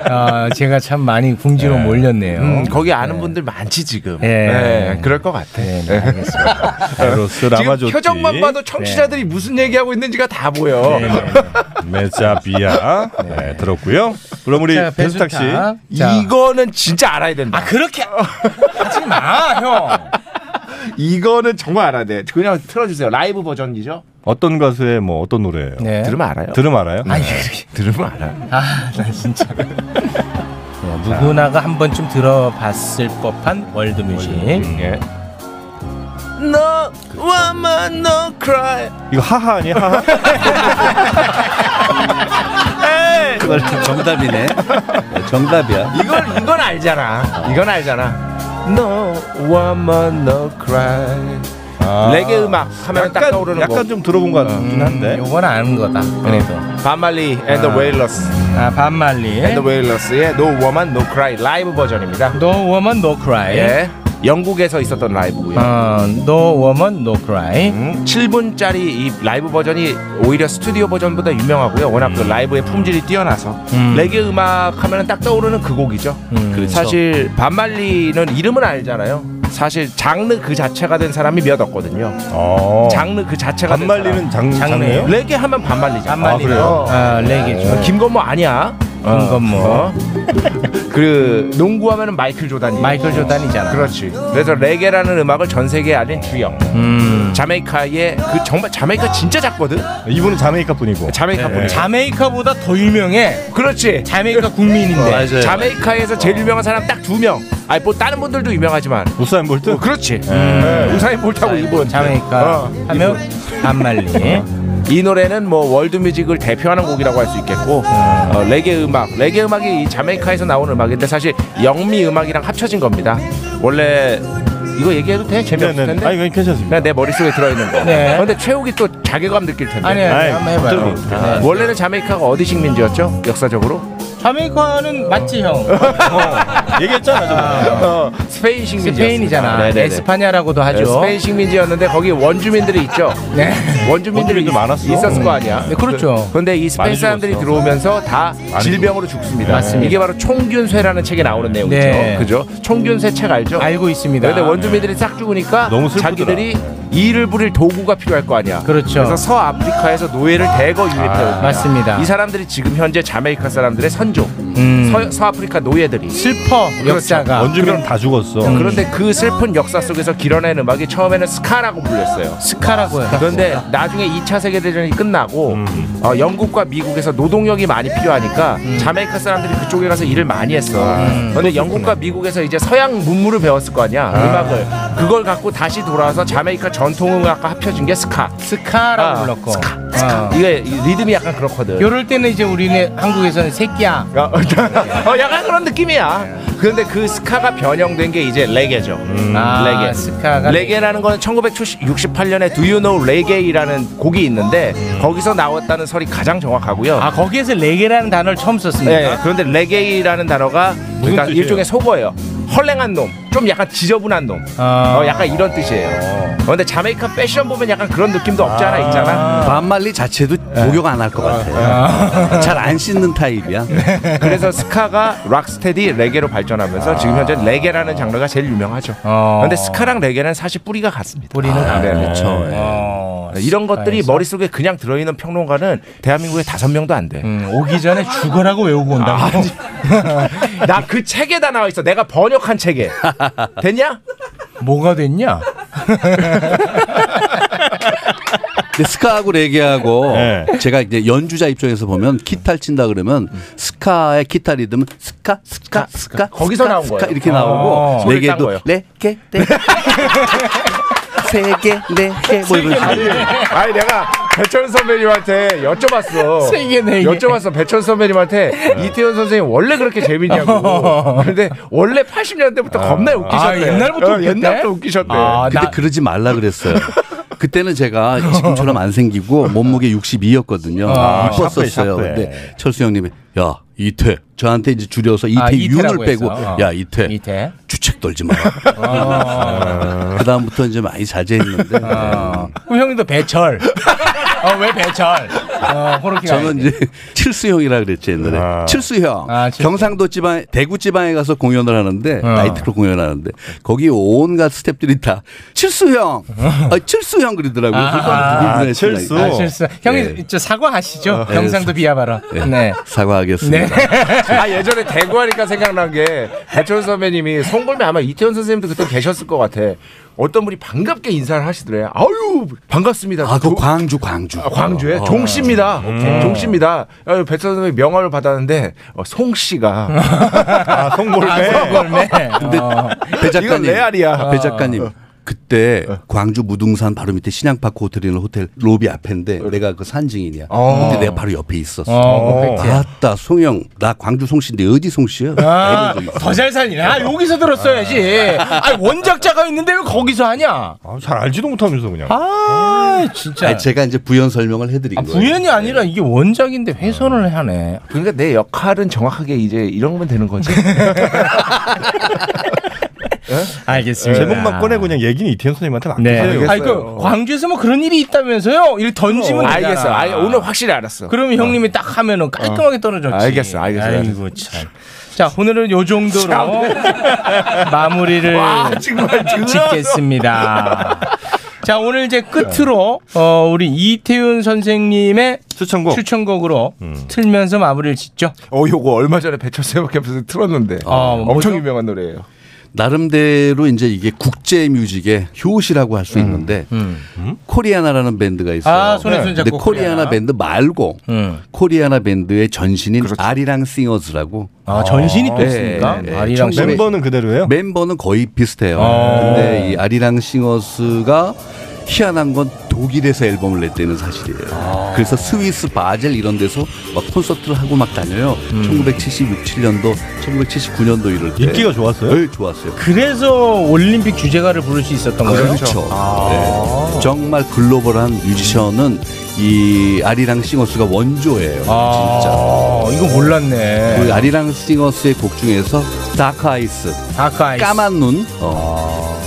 아, 제가 참 많이 궁지로 몰렸네요.
음, 거기 아는 분들 많지 지금.
예.
네, 그럴 것 같아.
네, <laughs>
아,
알겠습니다.
에로스
지금
라마조티.
표정만 봐도 청취자들이 무슨 얘기하고 있는지가 다 보여.
메자비아 네, 들었고요. 그럼 우리
자,
배수탁 씨
배수탁. 자. 이거는 진짜 알아야 된다. 아
그렇게 하지 마 형.
이거는 정말 알아야 돼. 그냥 틀어주세요. 라이브 버전이죠.
어떤 가수의 뭐 어떤 노래예요?
네. 들으면 알아요.
들으면 알아요?
아니,
네.
들으면 알아.
아, 나
<laughs>
진짜. 어, 누구나가 한 번쯤 들어봤을 법한 월드뮤직.
예. 너와만 너 cry.
이거 하하 아니야?
<laughs>
하하?
그걸 참 정답이네. 네, 정답이야.
이걸 이건 알잖아. 이건 알잖아. 너와만 너 cry. 레게 음악 하면 딱
약간-
떠오르는
약간
거. 음.
좀 들어본 것 같긴 한데.
음, 요건 아는 거다. 그래도.
반말리 and the
아.
wailers.
아, 반말리.
and the wailers의 예, No Woman No Cry 라이브 버전입니다.
No Woman No Cry.
예. 영국에서 있었던 라이브고요.
어, No Woman No Cry.
음. 7분짜리 이 라이브 버전이 오히려 스튜디오 버전보다 유명하고요. 워낙 그 라이브의 품질이 뛰어나서
음.
레게 음악 하면 딱 떠오르는 그 곡이죠.
그렇죠.
사실 반말리는 이름은 알잖아요. 사실 장르 그 자체가 된 사람이 몇 없거든요. 장르 그 자체가 된
어. 반말리는
사람.
장- 장르예요?
레게 하면 반말리죠.
반말리죠. 아, 그래요?
아, 레게죠. 어,
김건모 아니야? 그렇죠. 어?
김건모.
뭐. 그 농구하면은 마이클 조단이.
마이클 조단이잖아.
그렇지. 그래서 레게라는 음악을 전 세계에 알린 주영. 음. 자메이카의 그 정말 자메이카 진짜 작거든.
이분은 자메이카 분이고. 네.
자메이카 분이.
자메이카보다 더 유명해.
그렇지. 어,
자메이카 국민인데. 어.
자메이카에서 제일 유명한 사람 딱 두 명. 아니 뭐 다른 분들도 유명하지만. 어,
우사인 볼트?
그렇지.
음.
네, 우사인 볼트하고 이분. 어.
자메이카 하면 반말리.
<laughs> 이 노래는 뭐 월드뮤직을 대표하는 곡이라고 할 수 있겠고
음.
어, 레게 음악, 레게 음악이 이 자메이카에서 나온 음악인데 사실 영미 음악이랑 합쳐진 겁니다. 원래 이거 얘기해도 돼? 재미없을 텐데.
네, 아니, 괜찮습니다.
그냥 내 머릿속에 들어있는 거.
네.
근데 최욱이 또 자괴감 느낄 텐데.
아니, 아니, 아니, 한번 해봐요.
어떻게?
네.
원래는 자메이카가 어디 식민지였죠? 역사적으로?
자메이카는 맞지
<laughs>
형.
얘기했잖아
저번에.
어, 스페인 식민지. 네,
스페인이잖아. 에스파냐라고도 하죠.
스페인 식민지였는데 거기 원주민들이 있죠.
네.
원주민들이
원주민들 많았어.
있었을 거 아니야.
네, 그렇죠.
근데 이 스페인
많이
사람들이
죽었어.
들어오면서 다 질병으로 죽습니다.
맞습니다.
이게 바로 총균쇠라는 책에 나오는 내용이죠.
네.
그죠? 총균쇠 책 알죠?
알고 있습니다.
근데 원주민들이 싹 죽으니까
너무 슬프더라.
자기들이 일을 부릴 도구가 필요할 거 아니야.
그렇죠.
그래서 서아프리카에서 노예를 대거 유입해요.
맞습니다.
이 사람들이 지금 현재 자메이카 사람들의 선조. 서, 서아프리카 노예들이
음.
그렇죠.
슬퍼 역사가.
원주민은 다 죽었어.
음. 그런데 그 슬픈 역사 속에서 길어낸 음악이 처음에는 스카라고 불렸어요.
스카라고요.
그런데 나중에 2차 세계 대전이 끝나고 어, 영국과 미국에서 노동력이 많이 필요하니까
음.
자메이카 사람들이 그쪽에 가서 일을 많이 했어. 그런데 영국과 미국에서 이제 서양 문물을 배웠을 거 아니야 음악을. 그걸 갖고 다시 돌아와서 자메이카 전통 음악과 합쳐진 게 스카.
스카라고
아,
불렀고. 어.
스카. 스카. 이게 이 리듬이 약간 그렇거든.
요럴 때는 이제 우리는 한국에서는 새끼야.
<laughs> 어, 약간 그런 느낌이야. 그런데 그 스카가 변형된 게 이제 레게죠.
아,
레게.
스카가
레게라는 거는 1968년에 Do You Know Reggae라는 곡이 있는데 거기서 나왔다는 설이 가장 정확하고요.
아 거기에서 레게라는 단어를 처음 썼습니다.
네, 그런데 레게이라는 단어가 그러니까
뜻이에요?
일종의 속어예요. 헐랭한 놈, 좀 약간 지저분한 놈,
아.
어, 약간 이런 뜻이에요. 그런데 자메이카 패션 보면 약간 그런 느낌도 없지 않아 있잖아.
반말리 자체도
네.
목욕 안 할 것 같아. <laughs> 잘 안 씻는 타입이야.
<laughs> 그래서 스카가 락스테디 레게로 발전하면서
아.
지금 현재 레게라는 장르가 제일 유명하죠.
어.
그런데 스카랑 레게는 사실 뿌리가 같습니다.
뿌리는 아,
네,
그렇죠.
네.
예.
이런 것들이 머릿속에 그냥 들어있는 평론가는 대한민국에 다섯 명도 안 돼.
음,
아,
오기 전에 죽어라고 외우고 온다고.
<laughs> 나 그 책에 다 나와 있어. 내가 번역한 책에. 됐냐?
뭐가 됐냐?
근데 스카하고 레게하고
네.
제가 이제 연주자 입장에서 보면 기타를 친다 그러면 스카의 기타 리듬은 스카 스카 스카
거기서
스카,
나온
스카
거예요.
이렇게
어.
나오고 네
소리를 딴
레게도
거예요.
레게 레세개네개뭐 이런 식으로
아니 내가 배철 선배님한테 여쭤봤어.
세 개, 네 개.
여쭤봤어. 배철 선배님한테
네.
이태원 선생님 원래 그렇게
<laughs>
재밌냐고. 근데 원래 80년대부터 겁나 웃기셨대.
아, 옛날부터
어,
웃겼대? 아,
옛날부터 웃기셨대.
근데 그러지 말라 그랬어요. 그때는 제가 지금처럼 안 생기고 몸무게 62였거든요.
아,
이뻤었어요.
샤프해, 샤프해.
근데 철수 형님이 야 이태 저한테 이제 줄여서 이태
아, 이태라고
윤을 빼고
했어.
야 이태, 주책 떨지 마라.
아.
그 다음부터 이제 많이 자제했는데
그럼 형님도 배철. 어 왜 배철? 호루키가
저는 이제 칠수형이라 그랬지 옛날에.
아.
칠수형.
아,
경상도 지방 대구 지방에 가서 공연을 하는데
어.
나이트클럽 공연하는데 거기 온갖 스탭들이 다 칠수형. 아, 칠수형 그러더라고요.
어. 아,
그래서 예.
아,
누구나 했어요.
아, 실수. 형이 저 사과하시죠. 경상도 비하바라.
예.
네.
사과하겠습니다.
네.
아 예전에 대구하니까 생각난 게 배철 선배님이 송골매 아마 이태원 선생님도 그때 계셨을 것 같아. 어떤 분이 반갑게 인사를 하시더래. 아유 반갑습니다.
아, 그 광주 광주.
아, 광주에
어.
종씨입니다.
오케이.
종씨입니다. 아, 배철 선배 명함을 받았는데 어, 송 씨가 아,
송골매.
근데 어. 배 작가님,
이건
어.
레알이야.
배 작가님. 그때 광주 무등산 바로 밑에 신양파크 호텔이라는 호텔 로비 앞인데 내가 그 산증인이야.
어.
근데 내가 바로 옆에 있었어.
어, 팩트야.
맞다, 송영. 나 광주 송씨인데 어디 송씨야? 예.
아, 더 잘 살리네. 아, 여기서 들었어야지. 아, 원작자가 있는데 왜 거기서 하냐?
잘 알지도 못하면서 그냥.
아, 진짜.
제가 이제 부연 설명을 해드린 거예요.
부연이 아니라 이게 원작인데 훼손을 하네. 어?
그러니까 내 역할은 정확하게 이제 이런 건
<laughs>
되는 거지.
알겠습니다.
제목만 꺼내 그냥 얘기는 이태현 선생님한테
네.
맡기세요.
아니 그 광주에서 뭐 그런 일이 있다면서요? 이를 던지면
어,
되잖아.
알겠어. 아니,
오늘 확실히 알았어.
그러면 형님이 딱 하면은 깔끔하게
어.
떨어졌지.
알겠어, 알겠어,
네. 아이고 참. 자 오늘은 요 정도로 마무리를
와, 정말 드러워.
짓겠습니다. 자 오늘 이제 끝으로
네.
어, 우리 이태윤 선생님의
추천곡
추천곡으로 틀면서 마무리를 짓죠.
음. 어, 요거 얼마 전에 배철수 형 캠프에서 틀었는데
어,
엄청 유명한 노래예요.
나름대로 이제 이게 국제 뮤직의 효시라고 할 수 있는데 코리아나라는 밴드가
음.
있어요.
아, 손혜순 작곡
근데 코리아나
코리아나. 음.
밴드 말고 코리아나 밴드의 전신인 아리랑 싱어즈라고. 네,
아, 전신이 또 있습니까? 아리랑 싱어즈. 멤버는
그대로예요? 멤버는 거의 비슷해요.
아.
근데 이 아리랑 싱어즈가 희한한 건 독일에서 앨범을 냈다는 사실이에요.
아.
그래서 스위스 바젤 이런 데서 막 콘서트를 하고 막 다녀요.
음.
1976, 7년도, 1979년도 이럴 때
인기가
좋았어요? 네, 좋았어요.
그래서 올림픽 주제가를 부를 수 있었던 거예요. 아.
그렇죠. 네. 정말 글로벌한 뮤지션은 이 아리랑 싱어스가 원조예요. 진짜.
아, 이거 몰랐네.
그 아리랑 싱어스의 곡 중에서 다크 아이스. 까만 눈. 어.
아.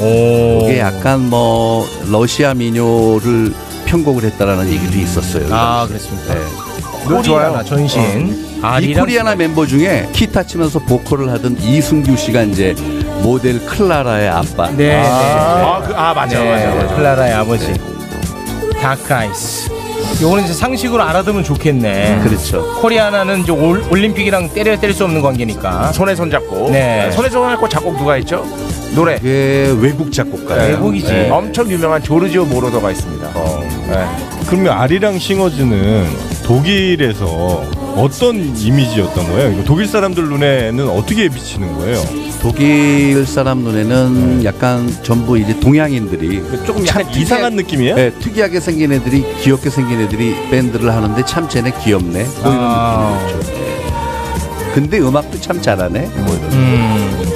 그게 약간 뭐 러시아 민요를 편곡을 했다라는 얘기도 있었어요.
아, 그렇습니까?
노래
코리아나
네, 좋아요.
전신.
어. 이
아리랑
코리아나 멤버 중에 기타 치면서 보컬을 하던 이승규 씨가 이제 모델 클라라의 아빠.
네. 아,
그, 아 맞아, 맞아, 맞아.
클라라의
네.
아버지. 다크아이스. 요거는 이제 상식으로 알아두면 좋겠네.
그렇죠.
코리아나는 이제 올, 올림픽이랑 때려야 뗄 수 없는 관계니까.
손에 손 잡고.
네.
손에 손 잡고 작곡 누가 했죠? 노래.
이게 외국 작곡가예요.
외국이지.
네.
어, 네.
엄청 유명한 조르지오 모로더가 있습니다. 네.
그러면 아리랑 싱어즈는 독일에서 어떤 이미지였던 거예요? 이거 독일 사람들 눈에는 어떻게 비치는 거예요?
독일 사람 눈에는 약간 전부 이제 동양인들이
조금 약간
특이하-
이상한 느낌이에요?
네, 특이하게 생긴 애들이 귀엽게 생긴 애들이 밴드를 하는데 참 쟤네 귀엽네. 뭐 이런 느낌이 있죠. 근데 음악도 참 잘하네. 뭐 이런.
음.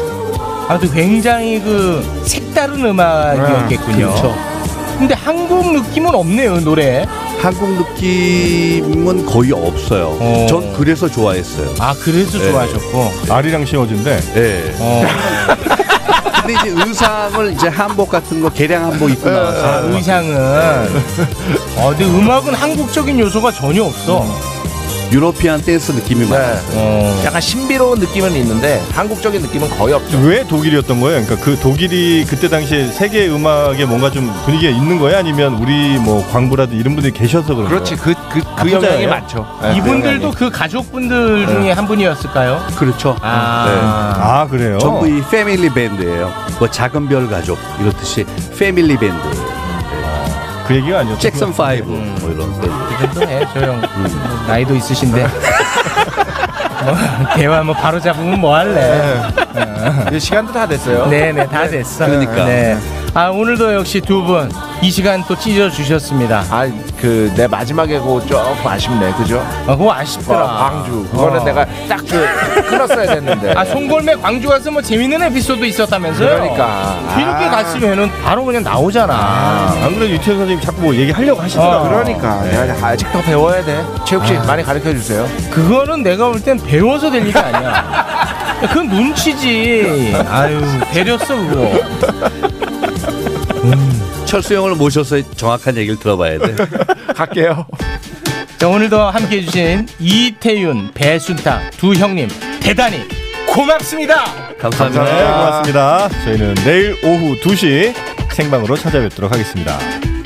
아무튼 굉장히 그 색다른 음악이었겠군요.
그렇죠.
근데 한국 느낌은 없네요, 노래.
한국
그
느낌은 거의 없어요. 전 그래서 좋아했어요.
아, 그래서 좋아하셨고.
아리랑 싱어즈인데.
네. 근데 이제 의상을 이제 한복 같은 거 개량 한복 입고 나와서
아, 의상은. <laughs> 어, 근데 음악은 한국적인 요소가 전혀 없어. 네.
유러피안 댄스 느낌이 많았어요.
약간 신비로운 느낌은 있는데 한국적인 느낌은 거의 없죠.
왜 독일이었던 거예요? 그러니까 그 독일이 그때 당시에 세계 음악에 뭔가 좀 분위기가 있는 거예요? 아니면 우리 뭐 광부라든 이런 분들이 계셔서 그런 거예요?
그렇지. 그- 그- 그
나쁘지
영향이
않아요? 네.
많죠.
이분들도 그 가족분들 중에 한 분이었을까요?
그렇죠.
네.
아.
아, 그래요?
전부 이 패밀리 밴드예요. 뭐 작은 별 가족 이렇듯이 패밀리 밴드.
그 얘기가 아니었죠.
잭슨 5 뭐 이런 밴드.
네, 조용. 나이도 있으신데.
<laughs>
뭐, 대화 뭐 바로 잡으면 뭐 할래?
네.
어.
이제 시간도 다 됐어요.
네네 다 됐어.
그러니까.
네. 아 오늘도 역시 두 분 이 시간 또 찢어 주셨습니다.
아그 내 마지막에 그거 조금 아쉽네, 그죠?
아, 그거 아쉽더라.
어, 광주. 그거는 내가 딱 그, 끊었어야 됐는데.
아 송골매 광주 가서 뭐 재밌는 에피소드 있었다면서요?
그러니까.
이렇게
아.
갔으면은 바로 그냥 나오잖아.
안 그래도 유태현 선생님 자꾸 뭐 얘기하려고 하시더라고요. 네. 아.
어,
그러니까. 내가 아직도 배워야 돼. 체육 씨 많이 가르쳐 주세요.
그거는 내가 볼 땐 배워서 될 일이 아니야. 그건 눈치지. 아유 배렸어 <laughs> 그거. 음.
철수 형을 모셔서 정확한 얘기를 들어봐야 돼.
갈게요.
자, 오늘도 함께 해주신 이태윤, 배순탁 두 형님 대단히 고맙습니다.
네, 감사합니다. 네, 고맙습니다. 저희는 내일 오후 2시 생방으로 찾아뵙도록 하겠습니다.